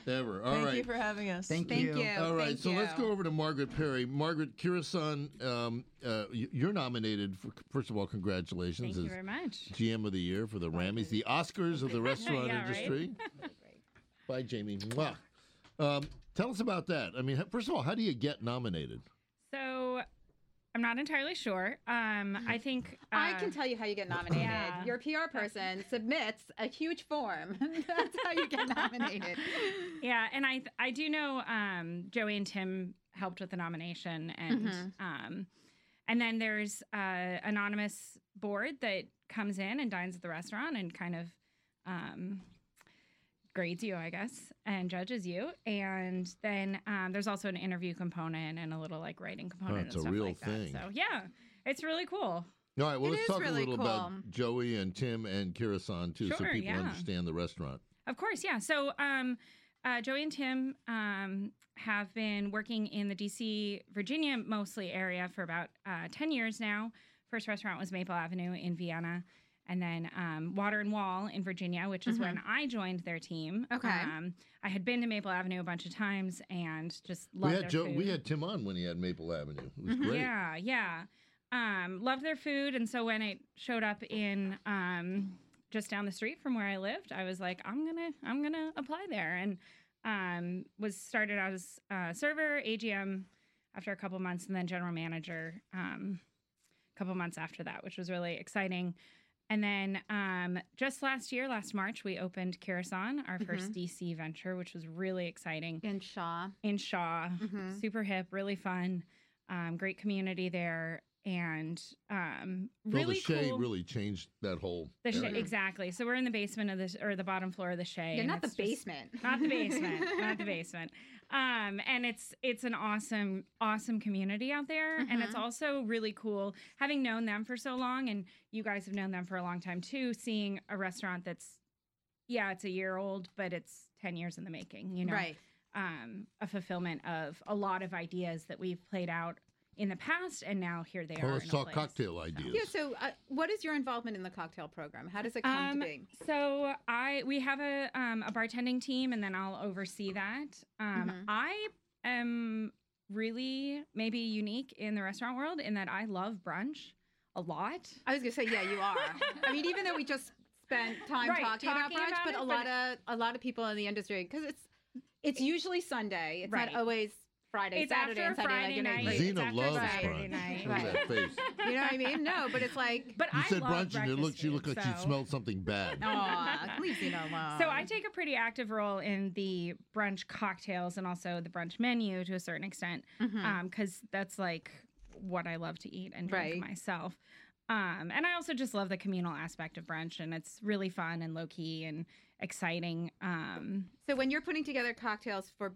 Speaker 1: Ever. All right.
Speaker 4: Thank you for having us.
Speaker 2: Thank you.
Speaker 1: All right,
Speaker 2: Thank
Speaker 1: so let's
Speaker 2: you.
Speaker 1: go over to Margaret Perry. Margaret Kirasan, um, uh, y- you're nominated. For, first of all, congratulations.
Speaker 12: Thank you
Speaker 1: as
Speaker 12: very much.
Speaker 1: GM of the Year for the Rammies, the Oscars of the restaurant
Speaker 12: Yeah, right?
Speaker 1: industry. Bye, Jamie. Mwah. Um, tell us about that. I mean, h- first of all, how do you get nominated?
Speaker 12: So I'm not entirely sure. Um, I think
Speaker 2: I
Speaker 12: uh,
Speaker 2: can tell you how you get nominated.
Speaker 12: Yeah.
Speaker 2: Your PR person submits a huge form. That's how you get nominated.
Speaker 12: Yeah, and I th- I do know um, Joey and Tim helped with the nomination, and
Speaker 2: Mhm.
Speaker 12: um, and then there's uh, anonymous board that comes in and dines at the restaurant and kind of um, grades you, I guess, and judges you, and then um, there's also an interview component and a little like writing component.
Speaker 1: Oh, it's
Speaker 12: and
Speaker 1: a
Speaker 12: stuff
Speaker 1: real
Speaker 12: like
Speaker 1: thing.
Speaker 12: That. So yeah, it's really cool.
Speaker 1: All right, well,
Speaker 12: It
Speaker 1: let's
Speaker 12: is
Speaker 1: talk
Speaker 12: really
Speaker 1: a little
Speaker 12: cool.
Speaker 1: about Joey and Tim and Kirasan, too, so
Speaker 12: Sure,
Speaker 1: people
Speaker 12: yeah.
Speaker 1: understand the restaurant.
Speaker 12: Of course, yeah. So, um, uh, Joey and Tim um, have been working in the DC, Virginia mostly area for about uh, 10 years now. First restaurant was Maple Avenue in Vienna, and then um, Water and Wall in Virginia, which is when
Speaker 2: Mhm.
Speaker 12: I joined their team.
Speaker 2: Okay.
Speaker 12: Um, I had been to Maple Avenue a bunch of times and just loved
Speaker 1: we had
Speaker 12: their
Speaker 1: Joe,
Speaker 12: food.
Speaker 1: we had Tim on when he had Maple Avenue. It was
Speaker 12: Mhm.
Speaker 1: great.
Speaker 12: Yeah, yeah. Um, loved their food, and so when it showed up in um, just down the street from where I lived, I was like, I'm gonna, I'm gonna apply there, and um, was started out as uh, server, AGM, after a couple months, and then general manager, um, a couple months after that, which was really exciting. And then um, just last year, last March, we opened Kirasan,
Speaker 1: Mm-hmm.
Speaker 12: our first
Speaker 2: Mhm.
Speaker 12: DC venture, which was really exciting.
Speaker 2: In Shaw.
Speaker 12: In Shaw.
Speaker 2: Mhm.
Speaker 12: Super hip, really fun. Um, great community there. And um,
Speaker 1: well,
Speaker 12: really
Speaker 1: the Shea
Speaker 12: cool.
Speaker 1: really changed that whole
Speaker 12: the Shea-
Speaker 1: area.
Speaker 12: exactly. So we're in the basement of the sh- or the bottom floor of the Shea.
Speaker 2: Yeah,
Speaker 12: and
Speaker 2: not the
Speaker 12: it's just-
Speaker 2: basement.
Speaker 12: Not the basement. not the basement. Um, and it's it's an awesome awesome community out there, and it's
Speaker 2: Mhm.
Speaker 12: also really cool having known them for so long, and you guys have known them for a long time too. Seeing a restaurant that's yeah, it's a year old, but it's ten years in the making. You know,
Speaker 2: Right.
Speaker 12: Um, a fulfillment of a lot of ideas that we've played out in the past, and now here they
Speaker 1: Well,
Speaker 12: are.
Speaker 1: let's
Speaker 12: in a
Speaker 1: talk
Speaker 12: place.
Speaker 1: cocktail ideas.
Speaker 2: Yeah. So, uh, what is your involvement in the cocktail program? How does it come
Speaker 12: Um,
Speaker 2: to be?
Speaker 12: So I we have a um, a bartending team, and then I'll oversee that. Um,
Speaker 2: Mhm.
Speaker 12: I am really maybe unique in the restaurant world in that I love brunch a lot.
Speaker 2: I was gonna say, yeah, you are. I mean, even though we just spent time
Speaker 12: Right,
Speaker 2: talking,
Speaker 12: talking
Speaker 2: about brunch,
Speaker 12: about
Speaker 2: but
Speaker 12: it,
Speaker 2: a
Speaker 12: but
Speaker 2: lot of a lot of people in the industry because it's it's usually Sunday. It's
Speaker 12: Right.
Speaker 2: not always Friday,
Speaker 12: It's
Speaker 2: Saturday,
Speaker 12: after
Speaker 2: and Sunday
Speaker 12: Friday
Speaker 2: night.
Speaker 12: night.
Speaker 1: Zena
Speaker 12: It's after
Speaker 1: loves
Speaker 12: Saturday
Speaker 1: brunch.
Speaker 12: night.
Speaker 1: Look at that face.
Speaker 2: You know what I mean? No, but it's like.
Speaker 12: But
Speaker 1: You
Speaker 12: I
Speaker 1: said
Speaker 12: love
Speaker 1: brunch, and it
Speaker 12: breakfast
Speaker 1: looked you looked
Speaker 12: food,
Speaker 1: like
Speaker 12: so-
Speaker 1: you smelled something bad.
Speaker 2: Aw, leave Zena alone.
Speaker 12: So I take a pretty active role in the brunch cocktails and also the brunch menu to a certain extent, um,
Speaker 2: Mhm.
Speaker 12: because that's like what I love to eat and drink
Speaker 2: Right.
Speaker 12: myself. Um, and I also just love the communal aspect of brunch, and it's really fun and low key and exciting. Um,
Speaker 2: So when you're putting together cocktails for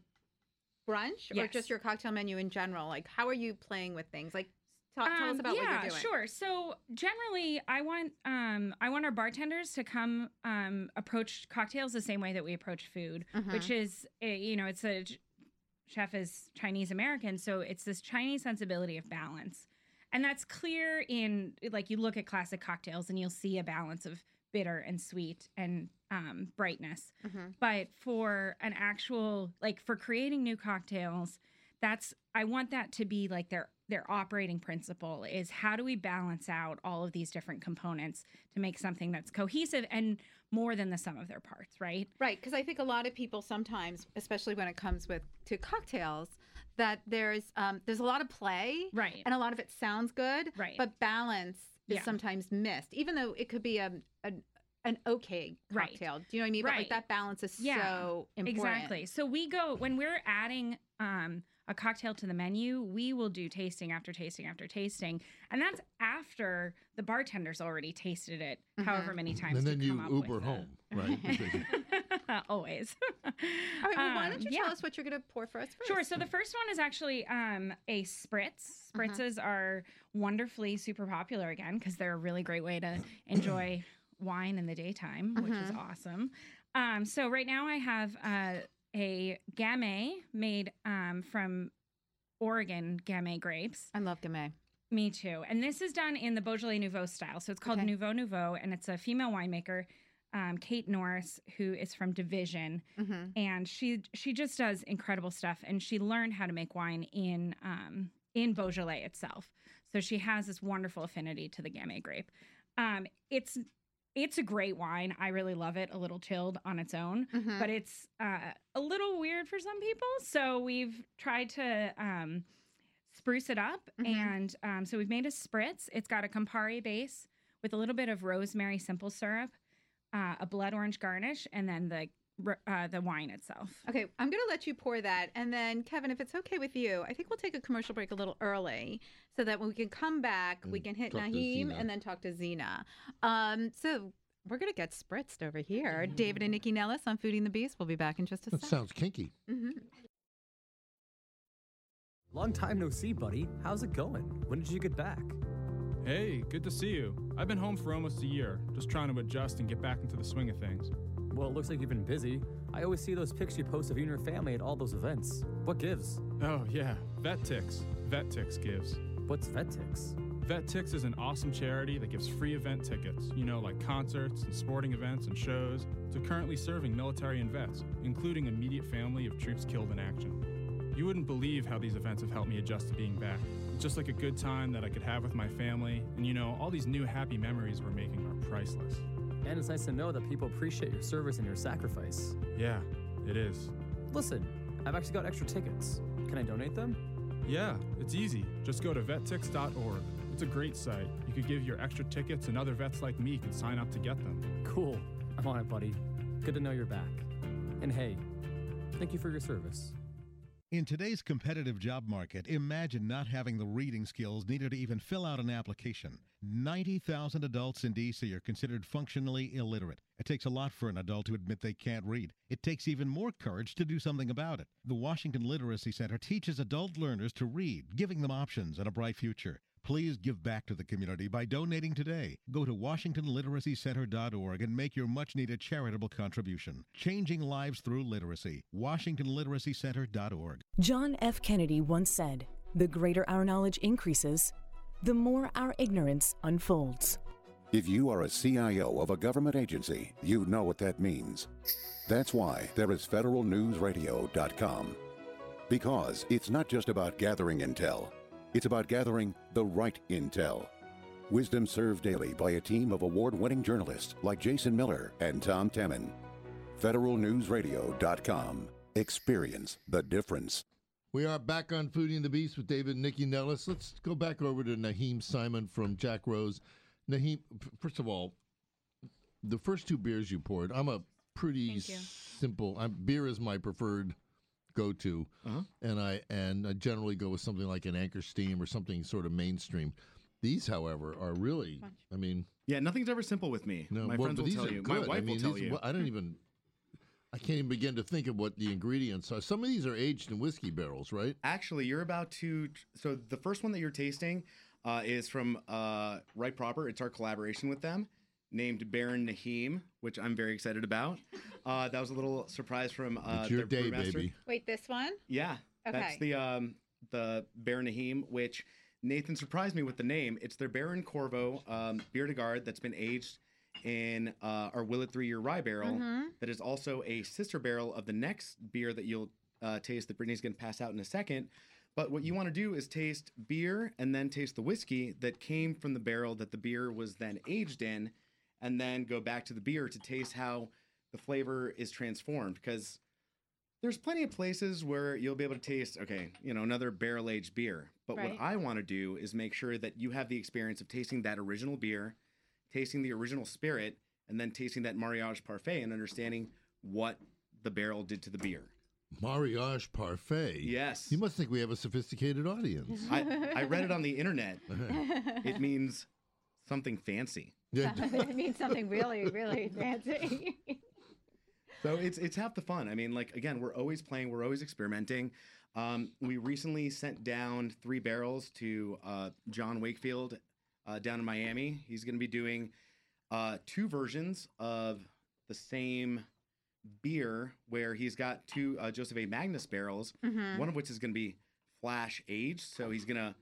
Speaker 2: brunch or
Speaker 12: Yes.
Speaker 2: just your cocktail menu in general, like how are you playing with things? Like talk, tell us
Speaker 12: Um,
Speaker 2: about
Speaker 12: yeah,
Speaker 2: what you're doing.
Speaker 12: sure. So generally, I want um, I want our bartenders to come um, approach cocktails the same way that we approach food, which
Speaker 2: Mhm.
Speaker 12: is eh, you know it's a chef is Chinese American, so it's this Chinese sensibility of balance, and that's clear in like you look at classic cocktails and you'll see a balance of bitter and sweet and um, brightness.
Speaker 2: Mhm.
Speaker 12: But for an actual like for creating new cocktails, that's I want that to be like their their operating principle is how do we balance out all of these different components to make something that's cohesive and more than the sum of their parts, right?
Speaker 2: Right, because I think a lot of people sometimes, especially when it comes with to cocktails, that there's um, there's a lot of play,
Speaker 12: Right.
Speaker 2: and a lot of it sounds good,
Speaker 12: Right.
Speaker 2: but balance is
Speaker 12: Yeah.
Speaker 2: sometimes missed, even though it could be a, an an okay
Speaker 12: Right.
Speaker 2: cocktail. Do you know what I mean? But like
Speaker 12: Right.
Speaker 2: that balance is so important.
Speaker 12: Exactly. So we go when we're adding um, a cocktail to the menu, we will do tasting after tasting after tasting, and that's after the bartender's already tasted it, however
Speaker 2: Mm-hmm.
Speaker 1: Mhm.
Speaker 12: many times.
Speaker 1: and
Speaker 12: to
Speaker 1: then
Speaker 12: come
Speaker 1: you
Speaker 12: up with
Speaker 1: Uber
Speaker 12: a-
Speaker 1: home, right? Because-
Speaker 12: Always.
Speaker 2: All right, well, why don't
Speaker 12: Um,
Speaker 2: you
Speaker 12: yeah.
Speaker 2: tell us what you're going to pour for us first? Mm-hmm.
Speaker 12: Sure. So the first one is actually um, a spritz. Spritzes are wonderfully super popular again because they're a really great way to enjoy wine in the daytime, which is
Speaker 2: Mhm.
Speaker 12: awesome. Um, so right now I have uh, a Gamay made um, from Oregon Gamay grapes.
Speaker 2: I love Gamay.
Speaker 12: Me too. And this is done in the Beaujolais Nouveau style. So it's called
Speaker 2: Okay.
Speaker 12: Nouveau Nouveau, and it's a female winemaker, um, Kate Norris, who is from Division
Speaker 2: Mhm.
Speaker 12: and she she just does incredible stuff and she learned how to make wine in um in Beaujolais itself. So she has this wonderful affinity to the Gamay grape. Um it's it's a great wine. I really love it, a little chilled on its own,
Speaker 2: Mhm.
Speaker 12: but it's uh, a little weird for some people. So we've tried to um, spruce it up. And um, so we've made a spritz. It's got a Campari base with a little bit of rosemary simple syrup, uh, a blood orange garnish, and then the r- uh, the wine itself.
Speaker 2: Okay, I'm going to let you pour that. And then, Kevin, if it's okay with you, I think we'll take a commercial break a little early so that when we can come back, we
Speaker 1: And
Speaker 2: can hit
Speaker 1: Mm, talk to
Speaker 2: Naheem
Speaker 1: Zena.
Speaker 2: and then talk to Zena. Um, so we're going to get spritzed over here. David and Nikki Nellis on Fooding the Beast. We'll be back in just a Mm-hmm.
Speaker 1: that
Speaker 2: second.
Speaker 1: sounds kinky.
Speaker 11: Long time no see, buddy. How's it going? When did you get back?
Speaker 13: Hey, good to see you. I've been home for almost a year, just trying to adjust and get back into the swing of things.
Speaker 11: Well, it looks like you've been busy. I always see those pics you post of you and your family at all those events. What gives?
Speaker 13: Oh, yeah, Vet Tix. Vet Tix gives.
Speaker 11: What's Vet Tix?
Speaker 13: Vet Tix is an awesome charity that gives free event tickets, you know, like concerts and sporting events and shows, to currently serving military and vets, including immediate family of troops killed in action. You wouldn't believe how these events have helped me adjust to being back. It's just like a good time that I could have with my family, and you know, all these new happy memories we're making are priceless.
Speaker 11: And it's nice to know that people appreciate your service and your sacrifice.
Speaker 13: Yeah, it is.
Speaker 11: Listen, I've actually got extra tickets. Can I donate them?
Speaker 13: Yeah, it's easy. Just go to vettix.org. It's a great site. You could give your extra tickets, and other vets like me could sign up to get them.
Speaker 11: Cool. I'm on it, buddy. Good to know you're back. And hey, thank you for your service.
Speaker 14: In today's competitive job market, imagine not having the reading skills needed to even fill out an application. 90,000 adults in D.C. are considered functionally illiterate. It takes a lot for an adult to admit they can't read. It takes even more courage to do something about it. The Washington Literacy Center teaches adult learners to read, giving them options and a bright future. Please give back to the community by donating today. Go to WashingtonLiteracyCenter.org and make your much needed charitable contribution. Changing lives through literacy. WashingtonLiteracyCenter.org.
Speaker 15: John F. Kennedy once said, The greater our knowledge increases, the more our ignorance unfolds.
Speaker 16: If you are a CIO of a government agency, you know what that means. That's why there is federalnewsradio.com. Because it's not just about gathering intel, it's about gathering the right intel. Wisdom served daily by a team of award winning journalists like Jason Miller and Tom Temin. Federalnewsradio.com. Experience the difference.
Speaker 1: We are back on Fooding the Beast with David and Nikki Nellis. Let's go back over to Naheem Simon from Jack Rose. Naheem, f- first of all, the first two beers you poured, I'm a pretty
Speaker 13: Thank you.
Speaker 1: simple. I'm, beer is my preferred go-to,
Speaker 3: Uh-huh.
Speaker 1: and I and I generally go with something like an Anchor Steam or something sort of mainstream. These, however, are really. I mean,
Speaker 3: yeah, nothing's ever simple with me.
Speaker 1: No,
Speaker 3: My
Speaker 1: well,
Speaker 3: friends
Speaker 1: but
Speaker 3: will
Speaker 1: these
Speaker 3: tell
Speaker 1: are
Speaker 3: you. My
Speaker 1: good. I
Speaker 3: wife will
Speaker 1: mean,
Speaker 3: tell
Speaker 1: these-
Speaker 3: you.
Speaker 1: well, I don't even. I can't even begin to think of what the ingredients are. Some of these are aged in whiskey barrels, right?
Speaker 3: Actually, you're about to. So the first one that you're tasting uh, is from uh, Right Proper. It's our collaboration with them, named Baron Nahim, which I'm very excited about. Uh, that was a little surprise from uh,
Speaker 1: It's your
Speaker 3: their
Speaker 1: day,
Speaker 3: brewmaster.
Speaker 1: baby.
Speaker 2: Wait, this one?
Speaker 3: Yeah,
Speaker 2: Okay.
Speaker 3: that's the um, the Baron Nahim, which Nathan surprised me with the name. It's their Baron Corvo um, beer de garde that's been aged in uh, our Willet three year rye barrel.
Speaker 17: Mhm.
Speaker 3: that is also a sister barrel of the next beer that you'll uh, taste that Brittany's going to pass out in a second. But what you want to do is taste beer and then taste the whiskey that came from the barrel that the beer was then aged in, and then go back to the beer to taste how the flavor is transformed. Because there's plenty of places where you'll be able to taste, okay, you know, another barrel aged beer. But
Speaker 17: Right.
Speaker 3: what I want to do is make sure that you have the experience of tasting that original beer, tasting the original spirit, and then tasting that mariage parfait and understanding what the barrel did to the beer.
Speaker 1: Mariage parfait.
Speaker 3: Yes.
Speaker 1: You must think we have a sophisticated audience.
Speaker 3: I, I read it on the internet. It means something fancy.
Speaker 2: it means something really, really fancy.
Speaker 3: So it's it's half the fun. I mean, like again, we're always playing, we're always experimenting. Um, we recently sent down three barrels to uh, John Wakefield uh, down in Miami. He's going to be doing uh, two versions of the same beer, where he's got two uh, Joseph A. Magnus barrels,
Speaker 17: Mhm.
Speaker 3: one of which is going to be flash aged. So he's going to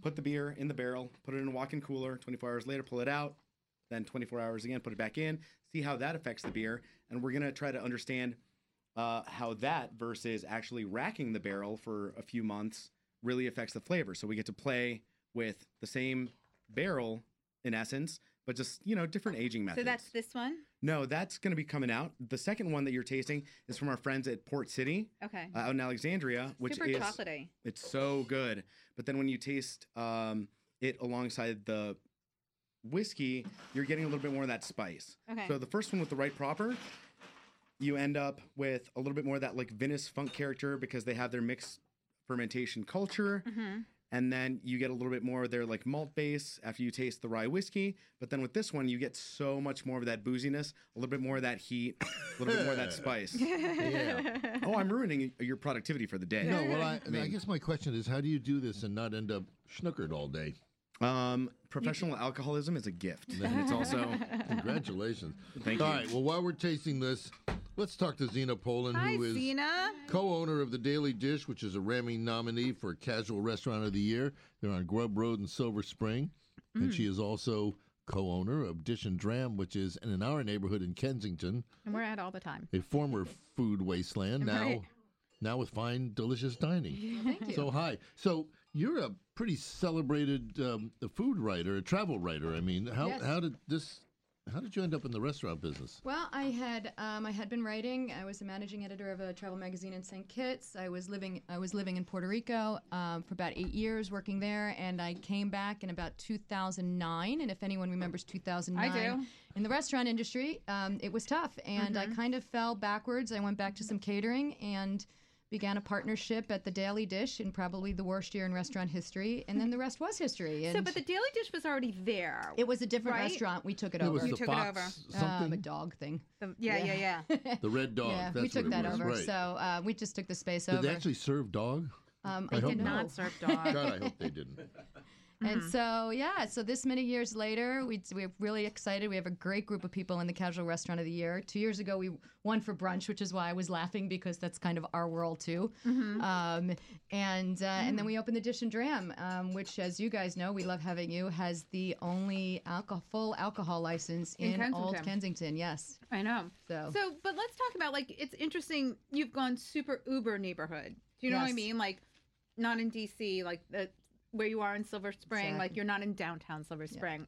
Speaker 3: put the beer in the barrel, put it in a walk-in cooler. 24 hours later, pull it out. Then 24 hours again, put it back in. See how that affects the beer, and we're gonna try to understand uh, how that versus actually racking the barrel for a few months really affects the flavor. So we get to play with the same barrel in essence, but just you know different aging methods.
Speaker 2: so that's this one?
Speaker 3: no, that's gonna be coming out. The second one that you're tasting is from our friends at Port City
Speaker 2: Okay.
Speaker 3: uh, out in Alexandria, which
Speaker 2: Super
Speaker 3: is
Speaker 2: chocolatey.
Speaker 3: It's so good. But then when you taste um, it alongside the whiskey, you're getting a little bit more of that spice.
Speaker 17: Okay.
Speaker 3: So the first one with the right proper, you end up with a little bit more of that like Venice funk character because they have their mixed fermentation culture.
Speaker 17: Mhm.
Speaker 3: And then you get a little bit more of their like malt base after you taste the rye whiskey. But then with this one, you get so much more of that booziness, a little bit more of that heat, a little bit more of that spice.
Speaker 1: Yeah.
Speaker 3: Oh, I'm ruining your productivity for the day.
Speaker 1: No, well, I, I
Speaker 3: mean,
Speaker 1: guess my question is, how do you do this and not end up schnookered all day?
Speaker 3: Um, professional alcoholism is a gift, and it's also
Speaker 1: congratulations.
Speaker 3: Thank
Speaker 1: All
Speaker 3: you.
Speaker 1: right. Well, while we're tasting this, let's talk to Zena Poland,
Speaker 2: Hi,
Speaker 1: who is
Speaker 2: Zena.
Speaker 1: co-owner of the Daily Dish, which is a Rammy nominee for Casual Restaurant of the Year. They're on Grub Road in Silver Spring, and
Speaker 2: Mm.
Speaker 1: she is also co-owner of Dish and Dram, which is in our neighborhood in Kensington,
Speaker 2: And we're out all the time.
Speaker 1: a former food wasteland. Now,
Speaker 2: Right.
Speaker 1: now with fine, delicious dining.
Speaker 2: Thank you.
Speaker 1: So hi. So you're a pretty celebrated um, food writer, a travel writer. I mean, how
Speaker 18: Yes.
Speaker 1: how did this? How did you end up in the restaurant business?
Speaker 18: Well, I had um, I had been writing. I was the managing editor of a travel magazine in St. Kitts. I was living I was living in Puerto Rico um, for about eight years, working there, and I came back in about 2009. And if anyone remembers 2009,
Speaker 2: do. Mm-hmm.
Speaker 18: in the restaurant industry, um, it was tough, and I kind of fell backwards. I went back to some catering and began a partnership at the Daily Dish in probably the worst year in restaurant history, and then the rest was history. And
Speaker 2: So, but the Daily Dish was already there.
Speaker 18: it was a different
Speaker 2: right?
Speaker 18: restaurant. We took it
Speaker 1: It
Speaker 18: over.
Speaker 1: was the You took it Fox over.
Speaker 18: Um,
Speaker 1: something?
Speaker 18: a dog thing.
Speaker 2: yeah, yeah, yeah.
Speaker 1: The Red Dog.
Speaker 18: yeah,
Speaker 1: that's
Speaker 18: we took
Speaker 1: what it
Speaker 18: that
Speaker 1: was,
Speaker 18: over.
Speaker 1: Right.
Speaker 18: So uh, we just took the space
Speaker 1: did
Speaker 18: over.
Speaker 1: they actually serve dog?
Speaker 18: um,
Speaker 1: I
Speaker 18: I
Speaker 1: hope
Speaker 18: did
Speaker 1: not.
Speaker 18: not serve
Speaker 1: God, I hope they didn't.
Speaker 18: And
Speaker 2: Mm-hmm.
Speaker 18: so yeah, so this many years later, we we're really excited. We have a great group of people in the Casual Restaurant of the Year. Two years ago, we won for brunch, which is why I was laughing because that's kind of our world too.
Speaker 2: Mhm.
Speaker 18: Um, and uh, and then
Speaker 2: Mm.
Speaker 18: we opened the Dish and Dram, um, which, as you guys know, we love having you has the only alcohol full alcohol license
Speaker 2: In
Speaker 18: in, Old
Speaker 2: Kensington.
Speaker 18: Kensington. Yes,
Speaker 2: I know.
Speaker 18: So
Speaker 2: So, but let's talk about like it's interesting. You've gone super uber neighborhood. Do you know what
Speaker 18: Yes.
Speaker 2: I mean? Like, not in DC, like the where you are in Silver Spring. Like
Speaker 18: Exactly.
Speaker 2: you're not in downtown Silver Spring.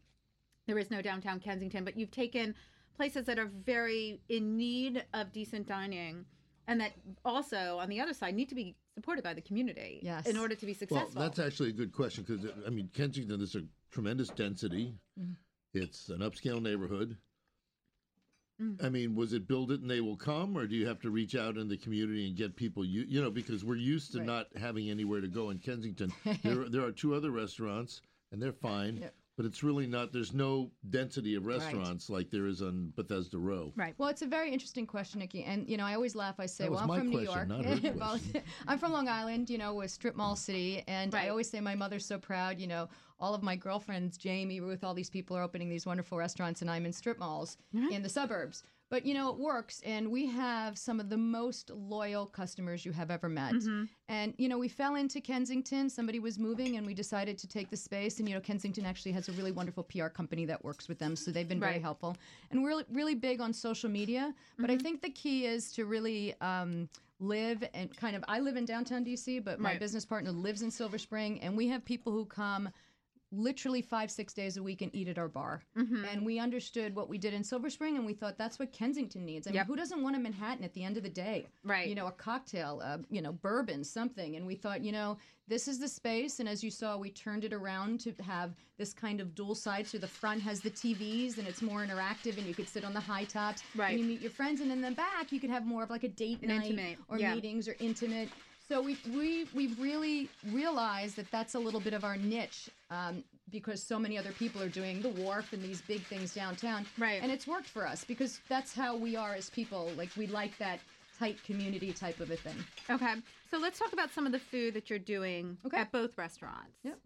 Speaker 2: There is no downtown Kensington, but you've taken places that are very in need of decent dining, and that also on the other side need to be supported by the community.
Speaker 18: Yes.
Speaker 2: In order to be
Speaker 1: Well,
Speaker 2: successful.
Speaker 1: that's actually a good question because I mean Kensington. There's a tremendous density.
Speaker 18: Mhm.
Speaker 1: It's an upscale neighborhood.
Speaker 18: Mm.
Speaker 1: I mean, was it build it and they will come, or do you have to reach out in the community and get people? You you know because we're used to
Speaker 18: Right.
Speaker 1: not having anywhere to go in Kensington. there there are two other restaurants and they're fine.
Speaker 18: Yep.
Speaker 1: But it's really not. There's no density of restaurants like there is on Bethesda Row.
Speaker 18: Right. Well, it's a very interesting question, Nikki. And, you know, I always laugh. I say,
Speaker 1: That was
Speaker 18: well, I'm
Speaker 1: my
Speaker 18: from
Speaker 1: question,
Speaker 18: New
Speaker 1: not
Speaker 18: York.
Speaker 1: her
Speaker 18: Well, I'm from Long Island, you know, a strip mall city. And I always say, my mother's so proud, you know, all of my girlfriends, Jamie, Ruth, all these people are opening these wonderful restaurants, and I'm in strip malls in the suburbs. But, you know, it works. And we have some of the most loyal customers you have ever met.
Speaker 19: Mm-hmm.
Speaker 17: Mhm.
Speaker 18: And, you know, we fell into Kensington. Somebody was moving, and we decided to take the space. And, you know, Kensington actually has a really wonderful PR company that works with them. So they've been very
Speaker 17: Right.
Speaker 18: helpful helpful. And we're really big on social media, but I
Speaker 17: Mm-hmm.
Speaker 18: think the key is to really um, live and kind of. I live in downtown DC, but my
Speaker 17: Right.
Speaker 18: business partner lives in Silver Spring, and we have people who come literally five six days a week and eat at our bar
Speaker 17: Mm-hmm.
Speaker 18: and we understood what we did in silver spring and we thought that's what kensington needs i mean
Speaker 17: Yep.
Speaker 18: who doesn't want a manhattan at the end of the day right you know a cocktail uh, you know bourbon something and we thought you know this is the space and as you saw we turned it around to have this kind of dual side so the front has the tvs and it's more interactive and you could sit on the high tops
Speaker 17: Right.
Speaker 18: and you meet your friends and in the back you could have more of like a date
Speaker 17: An
Speaker 18: night
Speaker 17: intimate,
Speaker 18: or
Speaker 17: yeah.
Speaker 18: meetings or intimate so we we we've really realized that that's a little bit of our niche um, because so many other people are doing the wharf and these big things downtown. Right. And it's worked for us because that's how we are as people. Like we like that tight community type of a thing.
Speaker 2: Okay. So let's talk about some of the food that you're doing at both restaurants.
Speaker 18: Yep.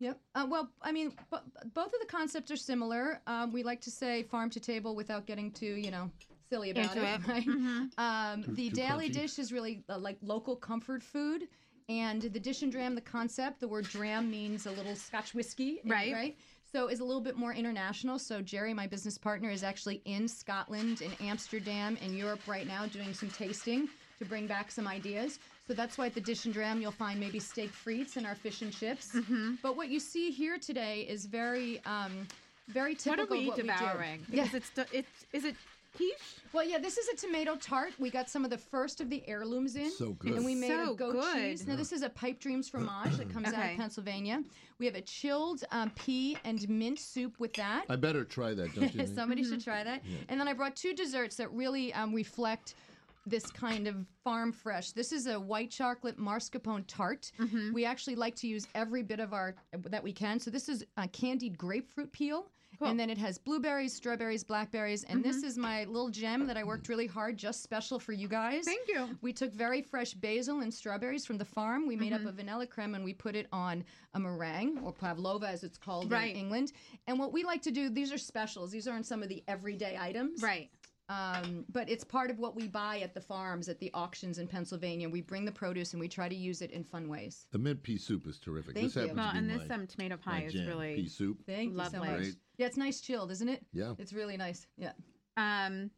Speaker 18: Yep. Uh, well, I mean, b- both of the concepts are similar. Um, we like to say farm to table without getting too, you know, silly about
Speaker 17: Into
Speaker 18: it.
Speaker 17: it.
Speaker 18: Right?
Speaker 2: Mm-hmm.
Speaker 17: Mhm.
Speaker 18: Um,
Speaker 17: Too-
Speaker 18: the
Speaker 17: too
Speaker 18: daily
Speaker 17: crunchy.
Speaker 18: dish is really uh, like local comfort food. And the dish and dram, the concept, the word dram means a little Scotch whiskey, in it,
Speaker 17: Right.
Speaker 18: Right. So is a little bit more international. So Jerry, my business partner, is actually in Scotland, in Amsterdam, in Europe right now, doing some tasting to bring back some ideas. So that's why at the dish and dram you'll find maybe steak frites and our fish and chips. But what you see here today is very, um, very
Speaker 2: What
Speaker 18: typical
Speaker 2: are we
Speaker 18: of what
Speaker 2: devouring?
Speaker 18: we do. Yeah.
Speaker 2: Because it's, do- it's is it quiche?
Speaker 18: Well, yeah, this is a tomato tart. We got some of the first of the heirlooms in.
Speaker 17: So good.
Speaker 18: And we made
Speaker 17: So
Speaker 18: a goat
Speaker 17: good.
Speaker 18: cheese. Now, this is a Pipe Dreams fromage that comes out
Speaker 2: Okay.
Speaker 18: of Pennsylvania. We have a chilled um, pea and mint soup with that.
Speaker 1: I better try that, don't you think?
Speaker 18: Somebody should try that.
Speaker 1: Yeah.
Speaker 18: And then I brought two desserts that really um, reflect this kind of farm fresh. This is a white chocolate mascarpone tart. We actually like to use every bit of our that we can. So this is a candied grapefruit peel. And then it has blueberries, strawberries, blackberries, and this is my little gem that I worked really hard, just special for you guys. Thank you. We took very fresh basil and strawberries from the farm. We made up a vanilla creme and we put it on a meringue or pavlova, as it's called
Speaker 2: Right.
Speaker 18: in England. And what we like to do, these are specials. These aren't some of the everyday items.
Speaker 2: Right.
Speaker 18: Um, but it's part of what we buy at the farms, at the auctions in Pennsylvania. We bring the produce and we try to use it in fun ways.
Speaker 1: The mint pea soup is terrific.
Speaker 18: Thank
Speaker 1: this happens
Speaker 18: you.
Speaker 1: to
Speaker 18: Well,
Speaker 1: be
Speaker 18: and this,
Speaker 1: my-
Speaker 18: um, tomato
Speaker 1: my
Speaker 18: pie is
Speaker 1: jam.
Speaker 18: really
Speaker 1: pea soup.
Speaker 18: Thank you so much.
Speaker 1: Great.
Speaker 18: Yeah, it's nice chilled, isn't it?
Speaker 1: Yeah.
Speaker 18: It's really nice. Yeah.
Speaker 2: Um,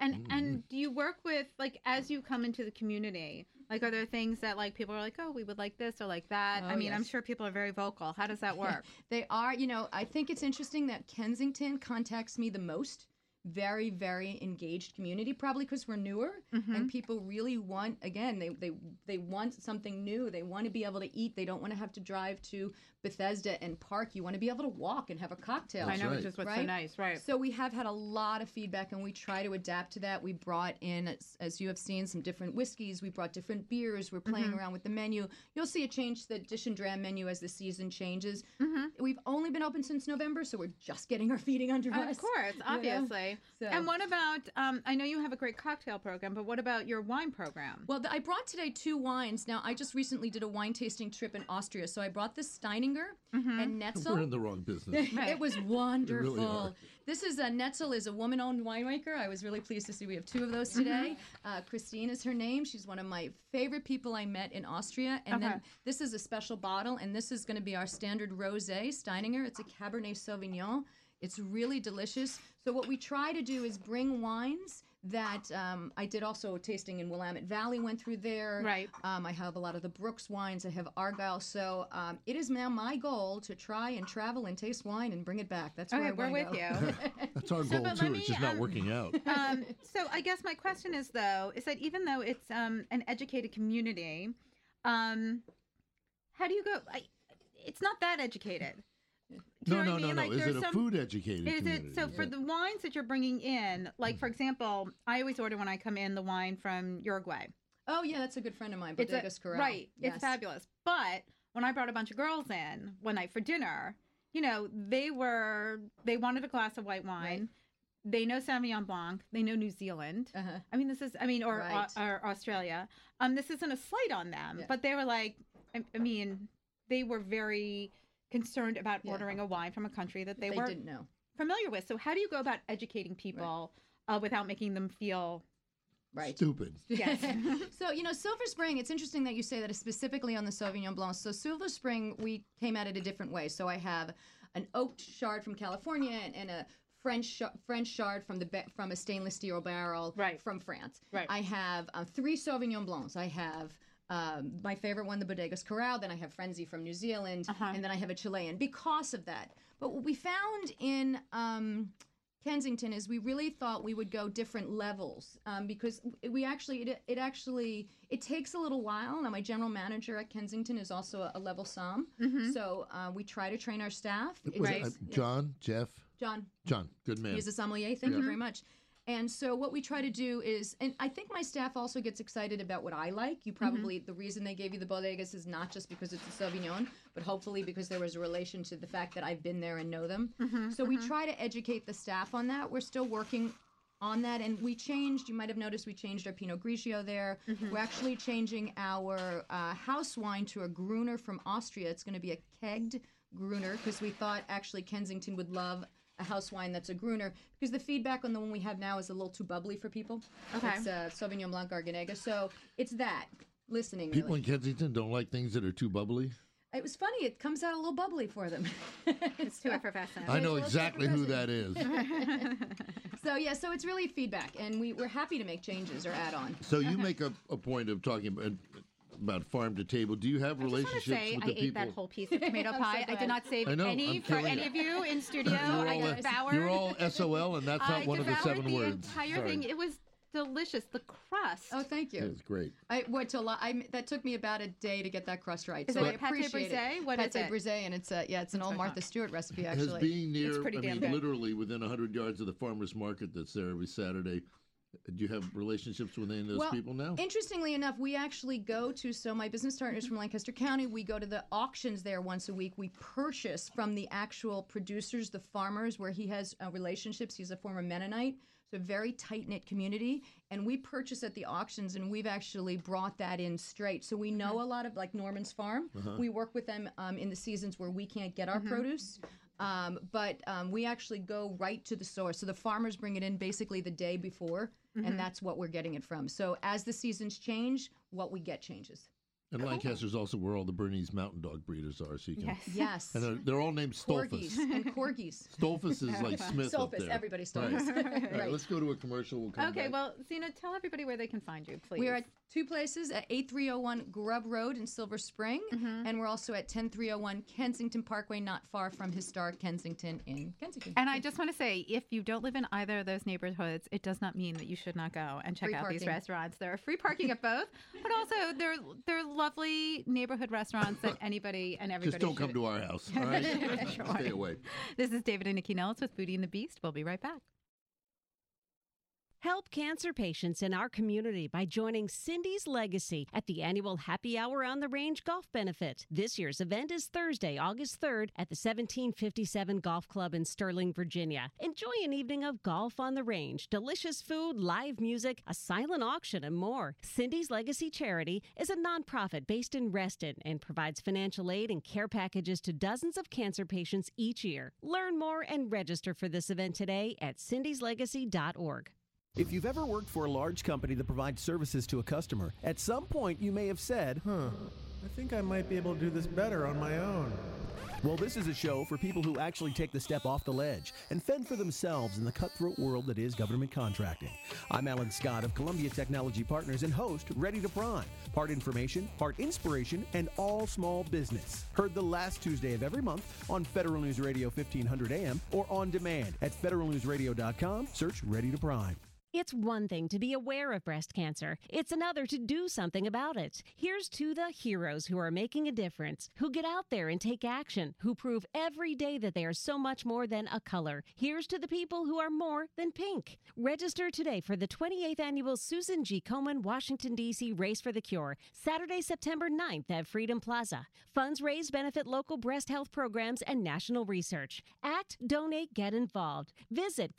Speaker 2: and and do you work with like as you come into the community? Like, are there things that like people are like, oh, we would like this or like that? I
Speaker 18: Oh,
Speaker 2: mean, I'm
Speaker 18: yes.
Speaker 2: sure people are very vocal. How does that work?
Speaker 18: They are, you know, I think it's interesting that Kensington contacts me the most. Very, very engaged community, probably because we're newer
Speaker 2: Mm-hmm.
Speaker 18: and people really want, again, they, they, they want something new. They want to be able to eat. They don't want to have to drive to Bethesda and park. You want to be able to walk and have a cocktail.
Speaker 2: I know, which That's right. is what's so nice, right.
Speaker 18: So we have had a lot of feedback and we try to adapt to that. We brought in, as, as you have seen, some different whiskeys. We brought different beers. We're playing
Speaker 2: Mm-hmm.
Speaker 17: Mhm.
Speaker 18: around with the menu. You'll see a change to the dish and dram menu as the season changes. We've only been open since November, so we're just getting our feeding under us.
Speaker 2: Mm-hmm. Of course,
Speaker 18: you know?
Speaker 2: obviously.
Speaker 18: So-
Speaker 2: And what about? Um, I know you have a great cocktail program, but what about your wine program?
Speaker 18: Well, th- I brought today two wines. Now, I just recently did a wine tasting trip in Austria, so I brought this Steininger
Speaker 2: Mm-hmm.
Speaker 18: and Netzel.
Speaker 1: We're in the wrong business.
Speaker 18: it was wonderful.
Speaker 1: are.
Speaker 18: this is a Netzel is a woman-owned winemaker. I was really pleased to see we have two of those today. Uh, Christine is her name. She's one of my favorite people I met in Austria. And
Speaker 17: Okay.
Speaker 18: then this is a special bottle, and this is going to be our standard rosé Steininger. It's a Cabernet Sauvignon. It's really delicious. So what we try to do is bring wines that um, I did also a tasting in Willamette Valley. Went through there. Right. Um, I have a lot of the Brooks wines. I have Argyle. So um, it is now my goal to try and travel and taste wine and bring it back. That's
Speaker 2: Okay,
Speaker 18: where I
Speaker 2: we're
Speaker 18: wanna
Speaker 2: with
Speaker 18: go.
Speaker 2: you.
Speaker 1: That's our
Speaker 2: So,
Speaker 1: goal
Speaker 2: but let
Speaker 1: too. it's just not working out.
Speaker 2: um, so I guess my question is though, is that even though it's um, an educated community, um, how do you go? I, it's not that educated.
Speaker 1: No,
Speaker 2: know
Speaker 1: no,
Speaker 2: what I
Speaker 1: no,
Speaker 2: mean?
Speaker 1: no.
Speaker 2: Like,
Speaker 1: Is
Speaker 2: there's
Speaker 1: it a
Speaker 2: some-
Speaker 1: food educated?
Speaker 2: Is
Speaker 1: community?
Speaker 2: it so for
Speaker 1: Yeah. Mm-hmm.
Speaker 2: the wines that you're bringing in? Like for example, I always order when I come in the wine from Uruguay.
Speaker 18: Oh yeah, that's a good friend of mine,
Speaker 2: It's a-
Speaker 18: Bodegas Corral.
Speaker 2: Right,
Speaker 18: Yes.
Speaker 2: it's fabulous. But when I brought a bunch of girls in one night for dinner, you know, they were they wanted a glass of white wine. They know Sauvignon Blanc. They know New Zealand. I mean, this is I mean, or
Speaker 18: Uh-huh.
Speaker 2: uh,
Speaker 18: Right.
Speaker 2: or Australia. Um, this isn't a slight on them,
Speaker 18: Yeah.
Speaker 2: but they were like, I, I mean, they were very concerned about
Speaker 18: Yeah.
Speaker 2: ordering a wine from a country that they,
Speaker 18: They
Speaker 2: were
Speaker 18: didn't know.
Speaker 2: familiar with. So how do you go about educating people uh, without making them feel
Speaker 18: Right.
Speaker 1: Stupid.
Speaker 2: Yes.
Speaker 18: so you know, Silver Spring. It's interesting that you say that specifically on the Sauvignon Blanc. So Silver Spring, we came at it a different way. So I have an oak shard from California and, and a French sh- French shard from the ba- from a stainless steel barrel from France.
Speaker 2: Right.
Speaker 18: I have uh, three Sauvignon Blancs. I have. Um, my favorite one, the Bodegas Corral. Then I have Frenzy from New Zealand,
Speaker 2: Uh-huh.
Speaker 18: and then I have a Chilean. Because of that, but what we found in um, Kensington is we really thought we would go different levels um, because we actually it, it actually it takes a little while. Now my general manager at Kensington is also a, a level som, so uh, we try to train our staff. It
Speaker 1: Was it,
Speaker 18: takes-
Speaker 1: uh, John, Jeff,
Speaker 18: John.
Speaker 1: John, good man.
Speaker 18: He's a sommelier. Thank
Speaker 1: Yeah.
Speaker 18: you very much. And so what we try to do is, and I think my staff also gets excited about what I like. You probably the reason they gave you the bodegas is not just because it's a Sauvignon, but hopefully because there was a relation to the fact that I've been there and know them. so we try to educate the staff on that. We're still working on that, and we changed. You might have noticed we changed our Pinot Grigio there. We're actually changing our uh, house wine to a Gruner from Austria. It's going to be a kegged Gruner because we thought actually Kensington would love a house wine that's a Gruner because the feedback on the one we have now is a little too bubbly for people.
Speaker 2: Okay.
Speaker 18: It's uh, Sauvignon Blanc Arganega. So it's that listening.
Speaker 1: People
Speaker 18: really.
Speaker 1: in Kensington don't like things that are too bubbly.
Speaker 18: It was funny. It comes out a little bubbly for them. it's too effervescent.
Speaker 1: I know exactly who that is.
Speaker 18: so yeah, so it's really feedback, and we we're happy to make changes or add on.
Speaker 1: So you make a, a point of talking about, about farm to table. Do you have
Speaker 2: I
Speaker 1: relationships
Speaker 2: just want to say
Speaker 1: with
Speaker 2: I
Speaker 1: the
Speaker 2: ate
Speaker 1: people?
Speaker 2: that whole piece of tomato
Speaker 18: I'm so
Speaker 2: pie. I did
Speaker 18: glad.
Speaker 2: not save
Speaker 1: I know,
Speaker 2: any
Speaker 1: I'm
Speaker 2: for
Speaker 1: killing
Speaker 2: any
Speaker 1: it.
Speaker 2: of you in studio.
Speaker 1: You're
Speaker 2: I
Speaker 1: all, uh,
Speaker 2: devoured.
Speaker 1: you're all SOL, and that's not
Speaker 2: I
Speaker 1: one of the
Speaker 2: devoured
Speaker 1: seven words.
Speaker 2: entire
Speaker 1: Sorry.
Speaker 2: thing. It was delicious. The crust.
Speaker 18: Oh, thank you.
Speaker 1: It was great.
Speaker 18: I went to a lot. I m- that took me about a day to get that crust right.
Speaker 2: Is
Speaker 18: so
Speaker 2: it
Speaker 18: I
Speaker 2: a pâté
Speaker 18: appreciate
Speaker 2: brisé?
Speaker 18: it.
Speaker 2: What is
Speaker 18: pâté
Speaker 2: it?
Speaker 18: brisé, and it's a yeah, it's an old Martha Stewart recipe actually.
Speaker 1: As being near,
Speaker 18: it's pretty
Speaker 1: I
Speaker 18: damn
Speaker 1: mean,
Speaker 18: good.
Speaker 1: literally within 100 yards of the farmer's market that's there every Saturday, do you have relationships with any of those people now?
Speaker 18: Interestingly enough, we actually go to so my business partners from Lancaster County. We go to the auctions there once a week. We purchase from the actual producers, the farmers, where he has uh, relationships. He's a former Mennonite, so a very tight knit community. And we purchase at the auctions, and we've actually brought that in straight. So we know a lot of like Norman's Farm.
Speaker 17: Uh-huh.
Speaker 18: We work with them um, in the seasons where we can't get our
Speaker 1: Mm-hmm.
Speaker 17: Mhm.
Speaker 18: produce. Um, but um, we actually go right to the source. So the farmers bring it in basically the day before,
Speaker 1: Mhm.
Speaker 18: and that's what we're getting it from. So as the seasons change, what we get changes.
Speaker 1: and Lancaster's also where all the Bernese mountain dog breeders are, so you can.
Speaker 18: Yes. Yes.
Speaker 1: And they're, they're all named Stolfus.
Speaker 18: Corgis and corgis.
Speaker 1: Stolfus is like Smith up
Speaker 18: Stolfus,
Speaker 1: there.
Speaker 18: everybody's
Speaker 1: Right.
Speaker 18: Stolfus.
Speaker 1: All right,
Speaker 18: Right.
Speaker 1: let's go to a commercial. We'll come
Speaker 2: okay,
Speaker 1: back.
Speaker 2: well, Zena, tell everybody where they can find you, please.
Speaker 18: We are at two places at 8301 Grub Road in Silver Spring,
Speaker 2: Mm-hmm.
Speaker 18: and we're also at 10301 Kensington Parkway, not far from historic Kensington in Kensington.
Speaker 2: And I just want to say, if you don't live in either of those neighborhoods, it does not mean that you should not go and check
Speaker 18: Free
Speaker 2: out these
Speaker 18: parking.
Speaker 2: restaurants. There are free parking at both, but also they're they're lovely neighborhood restaurants that anybody and everybody.
Speaker 1: Just don't come
Speaker 2: should-
Speaker 1: to our house. All right?
Speaker 2: Sure.
Speaker 1: Stay away.
Speaker 2: This is David and Nikki Nellis with Booty and the Beast. We'll be right back.
Speaker 6: Help cancer patients in our community by joining Cindy's Legacy at the annual Happy Hour on the Range Golf Benefit. This year's event is Thursday, August 3rd at the 1757 Golf Club in Sterling, Virginia. Enjoy an evening of golf on the range, delicious food, live music, a silent auction, and more. Cindy's Legacy Charity is a nonprofit based in Reston and provides financial aid and care packages to dozens of cancer patients each year. Learn more and register for this event today at cindyslegacy.org.
Speaker 20: If you've ever worked for a large company that provides services to a customer, at some point you may have said, Huh, I think I might be able to do this better on my own. Well, this is a show for people who actually take the step off the ledge and fend for themselves in the cutthroat world that is government contracting. I'm Alan Scott of Columbia Technology Partners and host Ready to Prime, part information, part inspiration, and all small business. Heard the last Tuesday of every month on Federal News Radio 1500 AM or on demand at federalnewsradio.com. Search Ready to Prime.
Speaker 6: It's one thing to be aware of breast cancer, it's another to do something about it. Here's to the heroes who are making a difference, who get out there and take action, who prove every day that they are so much more than a color. Here's to the people who are more than pink. Register today for the 28th annual Susan G. Komen Washington D.C. Race for the Cure, Saturday, September 9th at Freedom Plaza. Funds raised benefit local breast health programs and national research. Act, donate, get involved. Visit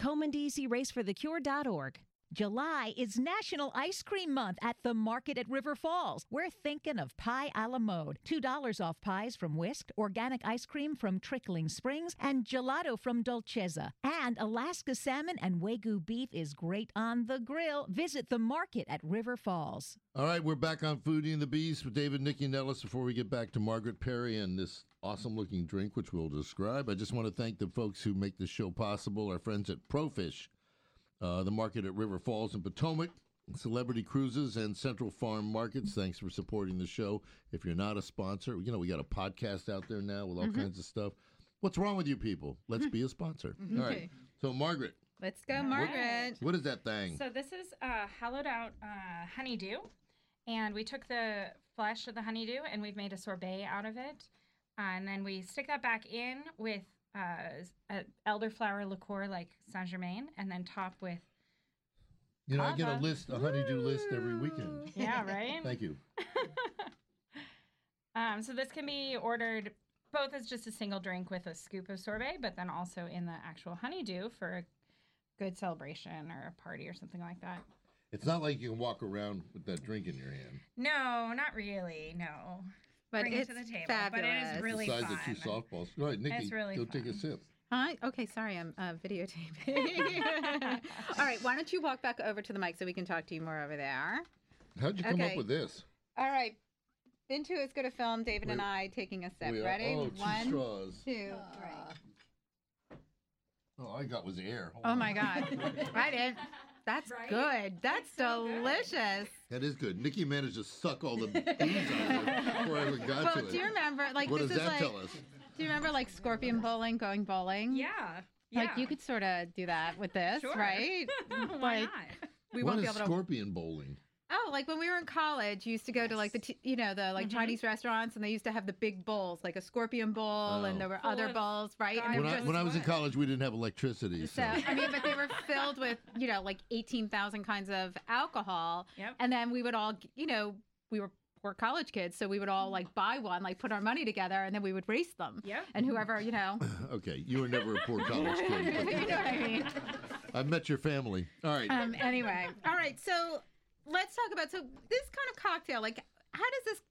Speaker 6: ComanDCRaceForTheCure.org.
Speaker 7: July is National Ice Cream Month at the Market at River Falls. We're thinking of pie a la mode. $2 off pies from Whisk, organic ice cream from Trickling Springs, and gelato from Dolcezza. And Alaska salmon and Wagyu beef is great on the grill. Visit the market at River Falls.
Speaker 1: All right, we're back on Foodie and the Beast with David, Nikki, and Ellis. Before we get back to Margaret Perry and this awesome looking drink, which we'll describe, I just want to thank the folks who make this show possible our friends at Profish, uh, the market at River Falls and Potomac, Celebrity Cruises, and Central Farm Markets. Thanks for supporting the show. If you're not a sponsor, you know, we got a podcast out there now with all
Speaker 12: Mm-hmm.
Speaker 2: Mhm.
Speaker 1: kinds of stuff. What's wrong with you people? Let's be a sponsor. All right.
Speaker 12: Mm-hmm. Okay.
Speaker 1: So, Margaret,
Speaker 12: Let's go,
Speaker 1: what-
Speaker 12: Margaret.
Speaker 1: what is that thing?
Speaker 12: So this is uh, hollowed out uh, honeydew, and we took the flesh of the honeydew and we've made a sorbet out of it, uh, and then we stick that back in with uh, s- a elderflower liqueur like Saint Germain, and then top with
Speaker 1: You know, I get a
Speaker 12: Kava.
Speaker 1: list, a honeydew list every weekend.
Speaker 12: Yeah, right?
Speaker 1: Thank you.
Speaker 12: Um, so this can be ordered both as just a single drink with a scoop of sorbet, but then also in the actual honeydew for a good celebration or a party or something like that.
Speaker 1: It's not like you can walk around with that drink in your hand.
Speaker 12: No, not really. No,
Speaker 2: But
Speaker 12: Bring it to
Speaker 2: it's
Speaker 12: the table. But it
Speaker 2: fabulous.
Speaker 12: is really
Speaker 1: the size
Speaker 12: fun.
Speaker 1: of two softballs. All right, Nikki,
Speaker 12: It's really
Speaker 1: go take a sip.
Speaker 2: Hi. Okay, sorry, I'm uh, videotaping. All right, why don't you walk back over to the mic so we can talk to you more over there?
Speaker 1: How'd you come up
Speaker 2: Okay.
Speaker 1: with this?
Speaker 2: All right, Bintu is going to film David and
Speaker 1: Wait.
Speaker 2: I taking a sip.
Speaker 1: We are-
Speaker 2: Ready?
Speaker 1: oh,
Speaker 2: One,
Speaker 1: two
Speaker 2: two,
Speaker 1: straws.
Speaker 2: three.
Speaker 1: All I got was air. Hold
Speaker 2: Oh
Speaker 1: on.
Speaker 2: my God! I didn't. That's good. That's delicious.
Speaker 1: That is good. Nikki managed to suck all the booze out of it before I even got
Speaker 2: well,
Speaker 1: to it.
Speaker 2: do you remember? Like
Speaker 1: what
Speaker 2: this
Speaker 1: does
Speaker 2: is
Speaker 1: that
Speaker 2: like.
Speaker 1: tell us?
Speaker 2: Do you remember like scorpion bowling, going bowling? Yeah. Like
Speaker 12: yeah.
Speaker 2: you could sort of do that with this,
Speaker 12: Sure.
Speaker 2: right?
Speaker 12: Why
Speaker 2: like,
Speaker 12: not?
Speaker 2: We
Speaker 1: What
Speaker 2: won't be
Speaker 1: is
Speaker 2: able to.
Speaker 1: scorpion bowling?
Speaker 2: Oh, like when we were in college, you used to go to like the t- you know the like Chinese restaurants, and they used to have the big bowls, like a scorpion bowl,
Speaker 1: Oh.
Speaker 2: and there were
Speaker 12: Full
Speaker 2: other
Speaker 12: of
Speaker 2: bowls, right? And they
Speaker 1: When
Speaker 2: were
Speaker 1: I,
Speaker 2: just-
Speaker 1: when I was in college, we didn't have electricity.
Speaker 2: so
Speaker 1: So,
Speaker 2: I mean, but they were filled with you know like eighteen thousand kinds of alcohol,
Speaker 12: Yep.
Speaker 2: and then we would all you know we were poor college kids, so we would all like buy one, like put our money together, and then we would race them.
Speaker 12: Yeah.
Speaker 2: And whoever you know,
Speaker 1: okay, you were never a poor college
Speaker 2: you know
Speaker 1: kid.
Speaker 2: what I mean.
Speaker 1: but I've met your family. All right.
Speaker 2: Um, anyway, all right. So let's talk about so this kind of cocktail. Like, how does this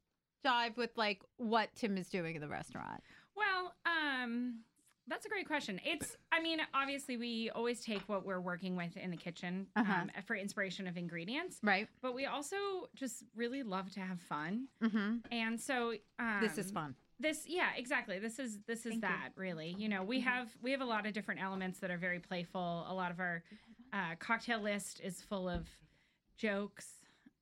Speaker 2: jive with like what Tim is doing in the restaurant?
Speaker 12: Well, um, that's a great question. It's, I mean, obviously, we always take what we're working with in the kitchen
Speaker 2: Uh-huh.
Speaker 12: um, for inspiration of ingredients,
Speaker 2: right?
Speaker 12: But we also just really love to have fun,
Speaker 2: Mm-hmm.
Speaker 12: and so um,
Speaker 2: This is fun.
Speaker 12: This, yeah, exactly. This is this is that really. You know, we
Speaker 2: Mm-hmm.
Speaker 12: have we have a lot of different elements that are very playful. A lot of our uh, cocktail list is full of jokes.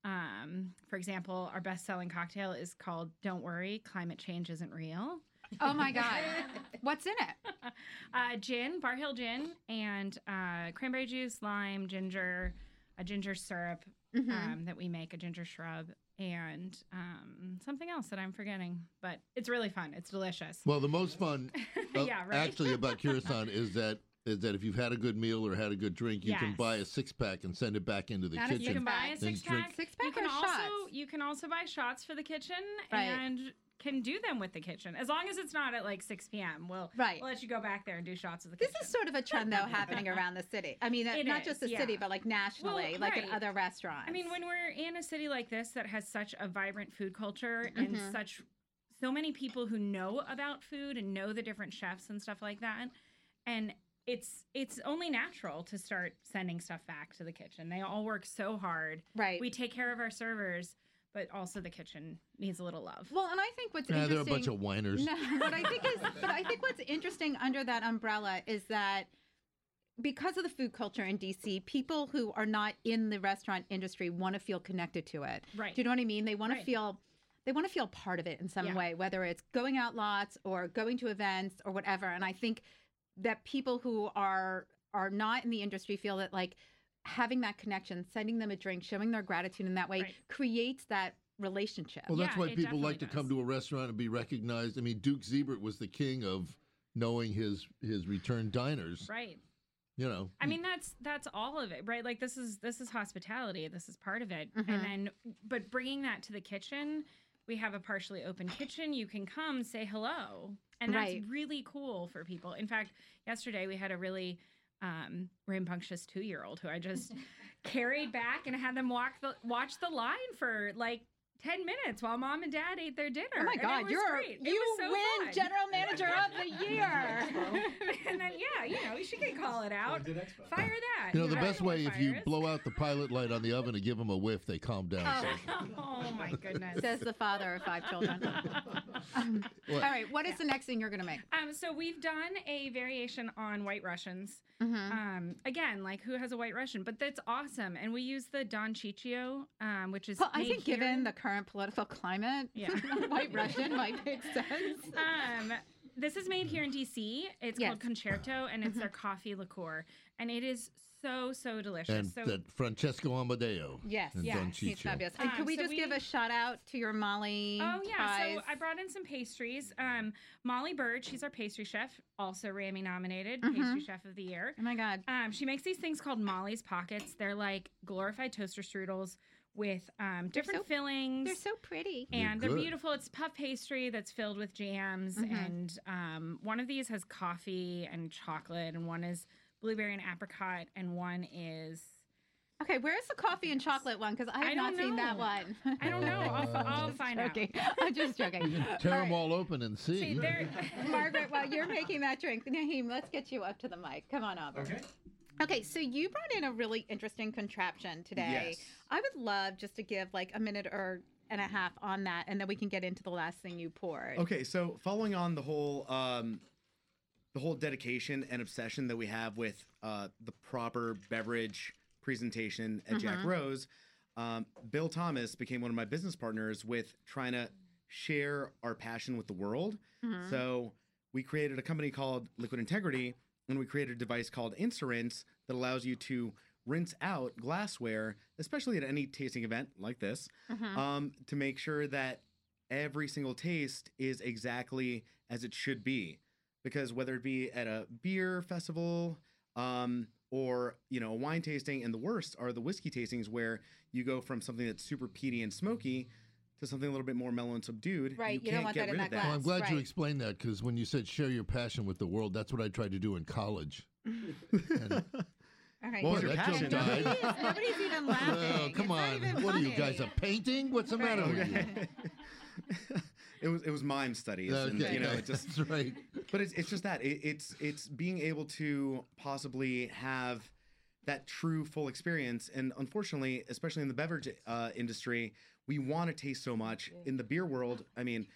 Speaker 12: Um, for example, our best-selling cocktail is called "Don't Worry, Climate Change Isn't Real."
Speaker 2: Oh my God. What's in it?
Speaker 12: Uh, gin, Bar Hill gin, and uh, cranberry juice, lime, ginger, a ginger syrup
Speaker 2: Mhm.
Speaker 12: um, that we make, a ginger shrub, and um, something else that I'm forgetting. But it's really fun. It's delicious.
Speaker 1: Well, the most fun, uh,
Speaker 12: Yeah, right.
Speaker 1: actually, about Curacao is that is that if you've had a good meal or had a good drink, you can
Speaker 12: Yes.
Speaker 1: buy a six pack and send it back into the
Speaker 12: Not if
Speaker 1: kitchen.
Speaker 12: you can buy a
Speaker 1: and
Speaker 12: six
Speaker 1: drink-
Speaker 12: pack.
Speaker 2: Six
Speaker 12: you
Speaker 2: pack
Speaker 12: can
Speaker 2: or
Speaker 12: also
Speaker 2: shots?
Speaker 12: you can also buy shots for the kitchen
Speaker 2: Right.
Speaker 12: and can do them with the kitchen as long as it's not at like 6 p.m. We'll,
Speaker 2: Right.
Speaker 12: we'll let you go back there and do shots of the
Speaker 2: This
Speaker 12: kitchen.
Speaker 2: is sort of a trend though happening around the city. I mean,
Speaker 12: It
Speaker 2: not
Speaker 12: is,
Speaker 2: just the
Speaker 12: yeah.
Speaker 2: city, but like nationally, like at
Speaker 12: right.
Speaker 2: other restaurants.
Speaker 12: I mean, when we're in a city like this that has such a vibrant food culture and
Speaker 2: Mhm.
Speaker 12: such so many people who know about food and know the different chefs and stuff like that, and it's it's only natural to start sending stuff back to the kitchen. They all work so hard.
Speaker 2: Right.
Speaker 12: We take care of our servers, but also the kitchen needs a little love.
Speaker 2: Well, and I think what's
Speaker 1: Yeah, they're a
Speaker 2: interesting.
Speaker 1: bunch of whiners.
Speaker 2: No, what I think is, but I think what's interesting under that umbrella is that because of the food culture in DC, people who are not in the restaurant industry want to feel connected to it.
Speaker 12: Right.
Speaker 2: Do you know what I mean? They want to
Speaker 12: Right.
Speaker 2: feel. They want to feel part of it in some
Speaker 12: Yeah.
Speaker 2: way, whether it's going out lots or going to events or whatever. And I think that people who are are not in the industry feel that like having that connection, sending them a drink, showing their gratitude in that way creates that relationship.
Speaker 1: Well, that's why people like to come to a restaurant and be recognized. I mean, Duke Ziebert was the king of knowing his his return diners.
Speaker 12: Right.
Speaker 1: You know,
Speaker 12: I mean that's that's all of it, right? Like this is this is hospitality. This is part of it.
Speaker 2: Mm-hmm.
Speaker 12: And then but bringing that to the kitchen, we have a partially open kitchen. You can come say hello. And that's
Speaker 2: Right.
Speaker 12: really cool for people. In fact, yesterday we had a really um, rambunctious two-year-old who I just carried back and had them walk the watch the line for like 10 minutes while mom and dad ate their dinner.
Speaker 2: Oh my
Speaker 12: And it
Speaker 2: God,
Speaker 12: was
Speaker 2: you're-
Speaker 12: great. It
Speaker 2: you
Speaker 12: was so
Speaker 2: win
Speaker 12: fun.
Speaker 2: General Manager of the Year.
Speaker 12: and then yeah, you know, she can call it out. Fire that.
Speaker 1: you know the
Speaker 12: I
Speaker 1: best
Speaker 12: don't
Speaker 1: way
Speaker 12: wanna
Speaker 1: if you
Speaker 12: fire us.
Speaker 1: blow out the pilot light on the oven and give them a whiff, they calm down.
Speaker 2: Oh.
Speaker 1: So-
Speaker 12: Oh my goodness.
Speaker 2: Says the father of five children. All
Speaker 1: What?
Speaker 2: right, what is the next thing you're going to make?
Speaker 12: Um, so we've done a variation on White Russians.
Speaker 2: Mhm.
Speaker 12: Um, again, like who has a White Russian? But that's awesome, and we use the Don Ciccio, um, which is
Speaker 2: Well, I
Speaker 12: made
Speaker 2: think
Speaker 12: here.
Speaker 2: given the current political climate,
Speaker 12: Yeah.
Speaker 2: White Russian might make sense.
Speaker 12: Um, this is made here in DC. It's
Speaker 2: Yes. Mm-hmm.
Speaker 12: called Concerto, and it's their coffee liqueur, and it is so so delicious.
Speaker 1: and
Speaker 12: so
Speaker 1: that Francesco Amadeo.
Speaker 12: Yes,
Speaker 1: and
Speaker 12: yes,
Speaker 1: Don
Speaker 12: he's
Speaker 1: Ciccio.
Speaker 12: fabulous.
Speaker 2: And could
Speaker 12: Um,
Speaker 2: we
Speaker 12: so
Speaker 2: just give
Speaker 12: we-
Speaker 2: a shout out to your Molly?
Speaker 12: Oh yeah, so
Speaker 2: pies?
Speaker 12: I brought in some pastries. Um, Molly Bird, she's our pastry chef, also Rammy nominated pastry
Speaker 2: Mhm.
Speaker 12: chef of the year.
Speaker 2: Oh my god.
Speaker 12: Um, she makes these things called Molly's pockets. They're like glorified toaster strudels with um, different
Speaker 2: so-
Speaker 12: fillings.
Speaker 2: they're so pretty. They're
Speaker 12: And they're,
Speaker 2: good.
Speaker 12: beautiful. It's puff pastry that's filled with jams,
Speaker 2: Mhm.
Speaker 12: and um, one of these has coffee and chocolate, and one is blueberry and apricot, and one is.
Speaker 2: Okay, where's the coffee and chocolate one? Because I have
Speaker 12: I
Speaker 2: not
Speaker 12: don't
Speaker 2: seen that
Speaker 12: know.
Speaker 2: one.
Speaker 12: I don't know. I'll, I'll find
Speaker 2: joking.
Speaker 12: out.
Speaker 2: I'm just joking.
Speaker 1: Tear them all open and see.
Speaker 2: Margaret, while you're making that drink, Naheem, let's get you up to the mic. Come on up. Okay. Okay, so you brought in a really interesting contraption today.
Speaker 17: Yes.
Speaker 2: I would love just to give like a minute or and a half on that, and then we can get into the last thing you poured.
Speaker 3: Okay, so following on the whole um, the whole dedication and obsession that we have with uh, the proper beverage presentation at Jack
Speaker 17: Mhm.
Speaker 3: Rose, um, Bill Thomas became one of my business partners with trying to share our passion with the world.
Speaker 17: Mhm.
Speaker 3: So we created a company called Liquid Integrity, and we created a device called Insurinse that allows you to rinse out glassware, especially at any tasting event like this,
Speaker 2: Mm-hmm.
Speaker 17: Mhm.
Speaker 3: um, to make sure that every single taste is exactly as it should be. Because whether it be at a beer festival um, or you know a wine tasting, and the worst are the whiskey tastings where you go from something that's super peaty and smoky to something a little bit more mellow and subdued. and
Speaker 2: Right, you don't
Speaker 3: can't
Speaker 2: want
Speaker 3: get
Speaker 2: that in
Speaker 3: rid of
Speaker 2: that
Speaker 1: Well, I'm glad you explained that because when you said share your passion with the world, that's what I tried to do in college.
Speaker 2: All right.
Speaker 1: Boy, that joke died.
Speaker 2: Nobody's, nobody's even laughing.
Speaker 1: Oh, come on. What are you guys, a painting? What's the matter with you?
Speaker 3: It was it was mime studies, and,
Speaker 1: Okay,
Speaker 3: you know,
Speaker 1: okay,
Speaker 3: it just
Speaker 1: that's right.
Speaker 3: But it's it's just that it, it's it's being able to possibly have that true full experience, and unfortunately, especially in the beverage uh, industry, we want to taste so much. In the beer world, I mean,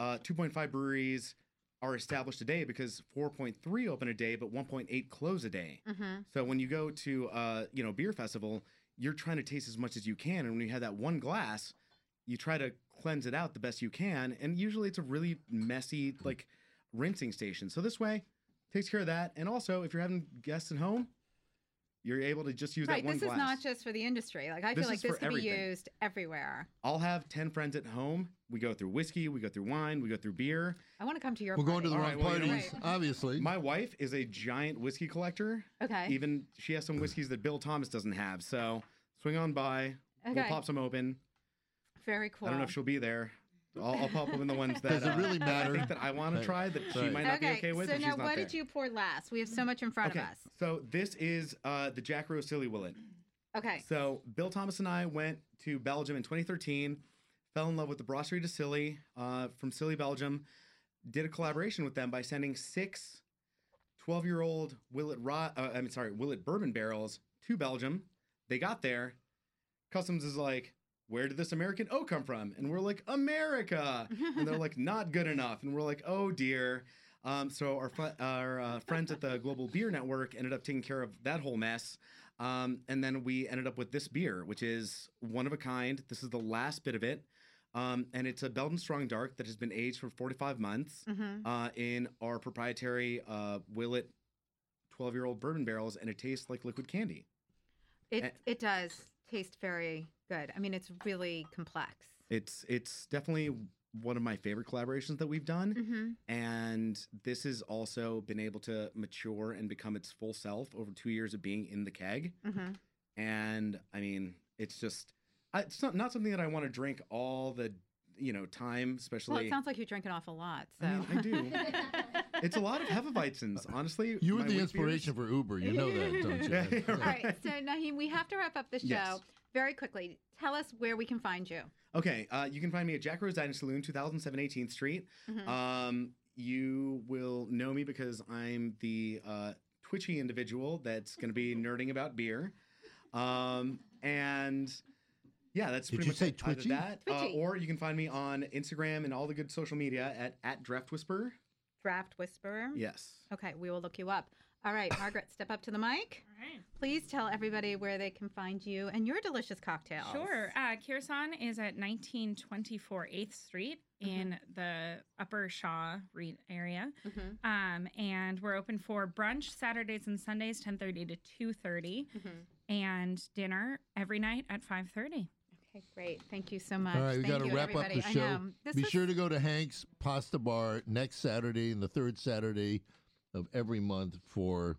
Speaker 3: uh, 2.5 breweries are established a day because 4.3 open a day, but 1.8 close a day.
Speaker 2: Mm-hmm.
Speaker 17: Mhm.
Speaker 3: So when you go to uh, you know beer festival, you're trying to taste as much as you can, and when you have that one glass, you try to cleanse it out the best you can, and usually it's a really messy like rinsing station. So this way takes care of that, and also if you're having guests at home, you're able to just use
Speaker 2: Right,
Speaker 3: that one
Speaker 2: this
Speaker 3: glass.
Speaker 2: is not just for the industry. Like I
Speaker 3: This
Speaker 2: feel like
Speaker 3: is for
Speaker 2: this could be
Speaker 3: everything.
Speaker 2: used everywhere.
Speaker 3: I'll have ten friends at home. We go through whiskey, we go through wine, we go through beer.
Speaker 2: I want to come to your.
Speaker 3: We're
Speaker 2: party.
Speaker 3: going to the wrong parties,
Speaker 1: obviously.
Speaker 3: My wife is a giant whiskey collector.
Speaker 2: Okay.
Speaker 3: Even she
Speaker 1: Mm.
Speaker 3: has some whiskeys that Bill Thomas doesn't have. So swing on by. We'll
Speaker 2: Okay.
Speaker 3: pop some open.
Speaker 2: Very cool.
Speaker 3: I don't know if she'll be there. I'll, I'll pop open the ones that
Speaker 1: Does it
Speaker 3: uh,
Speaker 1: really
Speaker 3: that I
Speaker 1: matter?
Speaker 3: think that I want
Speaker 1: Right.
Speaker 3: to try that she
Speaker 1: Right.
Speaker 3: might not be okay with.
Speaker 2: so
Speaker 3: if
Speaker 2: now
Speaker 3: she's not
Speaker 2: what
Speaker 3: there.
Speaker 2: did you pour last? We have so much in front
Speaker 3: okay.
Speaker 2: of us.
Speaker 3: So this is uh, the Jack Rose Silly Willet.
Speaker 2: Okay.
Speaker 3: So Bill Thomas and I went to Belgium in 2013, fell in love with the Brasserie de Silly uh, from Silly, Belgium, did a collaboration with them by sending six 12 year old Willet Rye, uh, I'm sorry, Willet bourbon barrels to Belgium. They got there. Customs is like, where did this American oak come from? And we're like, America. And they're like, not good enough. And we're like, oh dear. Um, so our fri- our uh, friends at the Global Beer Network ended up taking care of that whole mess. Um, and then we ended up with this beer, which is one of a kind. This is the last bit of it. Um, and it's a Belgian strong dark that has been aged for 45 months
Speaker 17: Mhm.
Speaker 3: uh, in our proprietary uh, Willet 12 year old bourbon barrels, and it tastes like liquid candy.
Speaker 2: It it does taste very good. I mean, it's really complex.
Speaker 3: It's it's definitely one of my favorite collaborations that we've done.
Speaker 2: Mhm.
Speaker 3: And this has also been able to mature and become its full self over two years of being in the keg.
Speaker 2: Mhm.
Speaker 3: And I mean, it's just I- it's not, not something that I want to drink all the you know time, especially
Speaker 2: Well, it sounds like you drink an awful lot. So
Speaker 3: I mean, I do. it's a lot of Hefeweizens, honestly.
Speaker 1: You were
Speaker 3: my
Speaker 1: the
Speaker 3: wheat
Speaker 1: inspiration
Speaker 3: beers.
Speaker 1: for Uber. You know that, don't you?
Speaker 3: Yeah, yeah,
Speaker 2: All right, so Naheem, we have to wrap up the show
Speaker 3: Yes.
Speaker 2: very quickly. Tell us where we can find you.
Speaker 3: Okay, uh, you can find me at Jack Rose Dining Saloon, 2007 18th Street.
Speaker 2: Mhm.
Speaker 3: Um, you will know me because I'm the uh, twitchy individual that's going to be nerding about beer. Um, and yeah, that's
Speaker 1: Did
Speaker 3: pretty
Speaker 1: you
Speaker 3: much
Speaker 1: say
Speaker 3: it. Either
Speaker 1: twitchy?
Speaker 3: that, uh,
Speaker 2: Twitchy.
Speaker 3: or you can find me on Instagram and all the good social media at, at Draft Whisper.
Speaker 2: Draft Whisperer.
Speaker 3: Yes.
Speaker 2: Okay, we will look you up. All right, Margaret, step up to the mic. All
Speaker 12: right.
Speaker 2: Please tell everybody where they can find you and your delicious cocktails.
Speaker 12: Sure. Uh, Kirsan is at 1924 8th Street
Speaker 2: Mm-hmm.
Speaker 12: in the Upper Shaw re- area.
Speaker 2: Mhm.
Speaker 12: Um, and we're open for brunch Saturdays and Sundays, 10.30 to 2.30.
Speaker 2: Mhm.
Speaker 12: And dinner every night at 5.30.
Speaker 2: Okay, great. Thank you so much.
Speaker 1: All right, we
Speaker 2: Thank
Speaker 1: got to
Speaker 2: you,
Speaker 1: wrap
Speaker 2: everybody.
Speaker 1: up the show.
Speaker 2: I know. This
Speaker 1: Be
Speaker 2: was-
Speaker 1: sure to go to Hank's Pasta Bar next Saturday and the third Saturday of every month for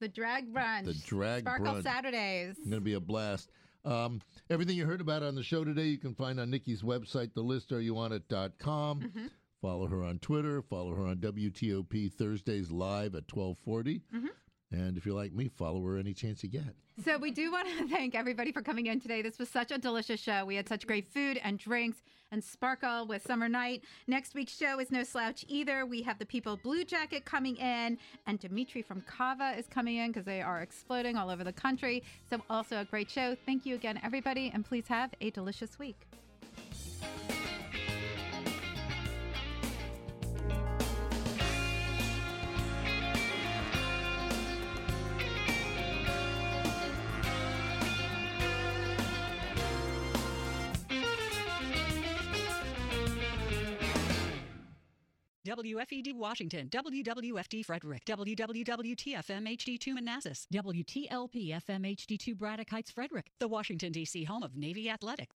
Speaker 2: The drag brunch.
Speaker 1: The drag
Speaker 2: Sparkle
Speaker 1: brunch.
Speaker 2: Saturdays.
Speaker 1: It's going to be a blast. Um, everything you heard about on the show today, you can find on Nikki's website, thelistairyouonit.com.
Speaker 2: Mhm.
Speaker 1: Follow her on Twitter. Follow her on WTOP Thursdays live at 1240.
Speaker 2: Mhm.
Speaker 1: And if you're like me, follow her any chance you get.
Speaker 2: So we do want to thank everybody for coming in today. This was such a delicious show. We had such great food and drinks and sparkle with summer night. Next week's show is no slouch either. We have the people Blue Jacket coming in and Dimitri from Kava is coming in because they are exploding all over the country. So also a great show. Thank you again, everybody, and please have a delicious week.
Speaker 17: WFED E Washington, WWFD Frederick, WWWTFM HD2 Manassas, WTLP FM HD2 Braddock Heights Frederick, the Washington, D.C. home of Navy Athletics,